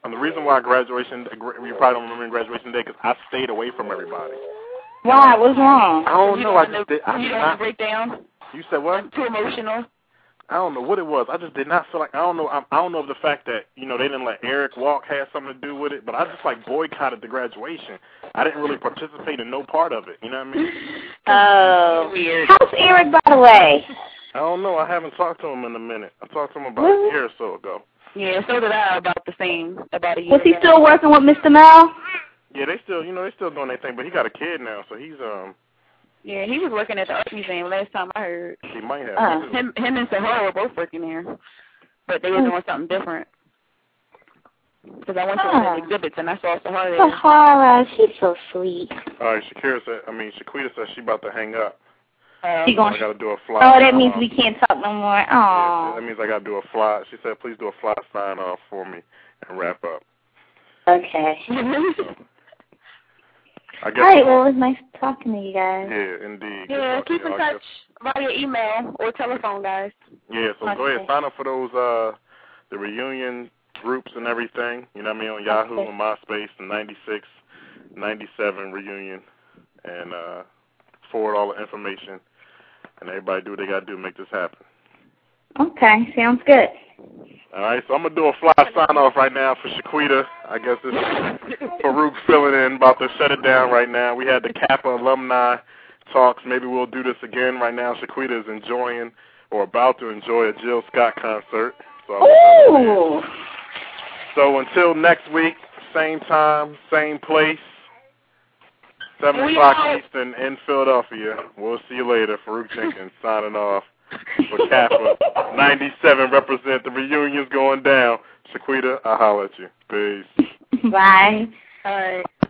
Speaker 4: and the reason why graduation gra- you probably don't remember graduation day because I stayed away from everybody.
Speaker 1: Why? What's wrong?
Speaker 4: I don't
Speaker 8: you
Speaker 4: know. Oh, I just did. I
Speaker 8: you
Speaker 4: did
Speaker 8: don't wanna
Speaker 4: not.
Speaker 8: break down.
Speaker 4: You said what?
Speaker 8: Too emotional.
Speaker 4: I don't know what it was. I just did not feel like I don't know. I, I don't know if the fact that you know they didn't let Eric walk had something to do with it, but I just like boycotted the graduation. I didn't really participate in no part of it. You know what I mean?
Speaker 1: Oh.
Speaker 8: Weird.
Speaker 1: How's Eric, by the way?
Speaker 4: I don't know. I haven't talked to him in a minute. I talked to him about
Speaker 1: Really?
Speaker 4: a year or so ago.
Speaker 8: Yeah, so did I about the same about a year.
Speaker 1: Was he
Speaker 8: ago.
Speaker 1: still working with Mr. Mel?
Speaker 4: Yeah, they still you know they still doing their thing, but he got a kid now, so he's um
Speaker 8: Yeah, he was working at the art museum last time I heard.
Speaker 4: he might have.
Speaker 1: Uh.
Speaker 8: Him him and Sahar were both working there, but they were
Speaker 1: Hmm.
Speaker 8: doing something different. Because I went to one of the
Speaker 1: Huh.
Speaker 8: exhibits and I saw Sahar there.
Speaker 1: Sahara, she's so sweet.
Speaker 4: All right, Shakira said. I mean, Shaquita said she about to hang up.
Speaker 8: Um,
Speaker 1: She
Speaker 4: I
Speaker 1: going.
Speaker 4: got to do a fly.
Speaker 1: Oh, that means
Speaker 4: um,
Speaker 1: we can't talk no more.
Speaker 4: yeah,
Speaker 1: Oh.
Speaker 4: that means I got to do a fly. She said, please do a fly sign off for me and wrap up.
Speaker 1: Okay.
Speaker 4: I guess.
Speaker 1: All right. Well, it was nice talking to you guys.
Speaker 4: Yeah, indeed. Good
Speaker 8: yeah,
Speaker 4: talk to
Speaker 8: keep in
Speaker 4: y'all. I guess-
Speaker 8: touch via email or telephone, guys.
Speaker 4: Yeah, so go ahead,
Speaker 1: Okay.
Speaker 4: sign up for those uh the reunion groups and everything. You know what I mean on Yahoo
Speaker 1: Okay.
Speaker 4: and MySpace, the 96, 97 reunion, and uh forward all the information. And everybody do what they gotta do to make this happen.
Speaker 1: Okay. Sounds good.
Speaker 4: All right, so I'm gonna do a fly sign off right now for Shaquita. I guess this is Farouk filling in, about to shut it down right now. We had the Kappa alumni talks. Maybe we'll do this again. Right now, Shaquita is enjoying or about to enjoy a Jill Scott concert. So I'm
Speaker 1: Ooh.
Speaker 4: So until next week, same time, same place, seven
Speaker 8: We
Speaker 4: o'clock
Speaker 8: out.
Speaker 4: Eastern in Philadelphia. We'll see you later. Farouk Jenkins signing off for Kappa. Ninety-seven represent the reunions going down. Shaquita, I holler at you. Peace.
Speaker 1: Bye.
Speaker 8: All right.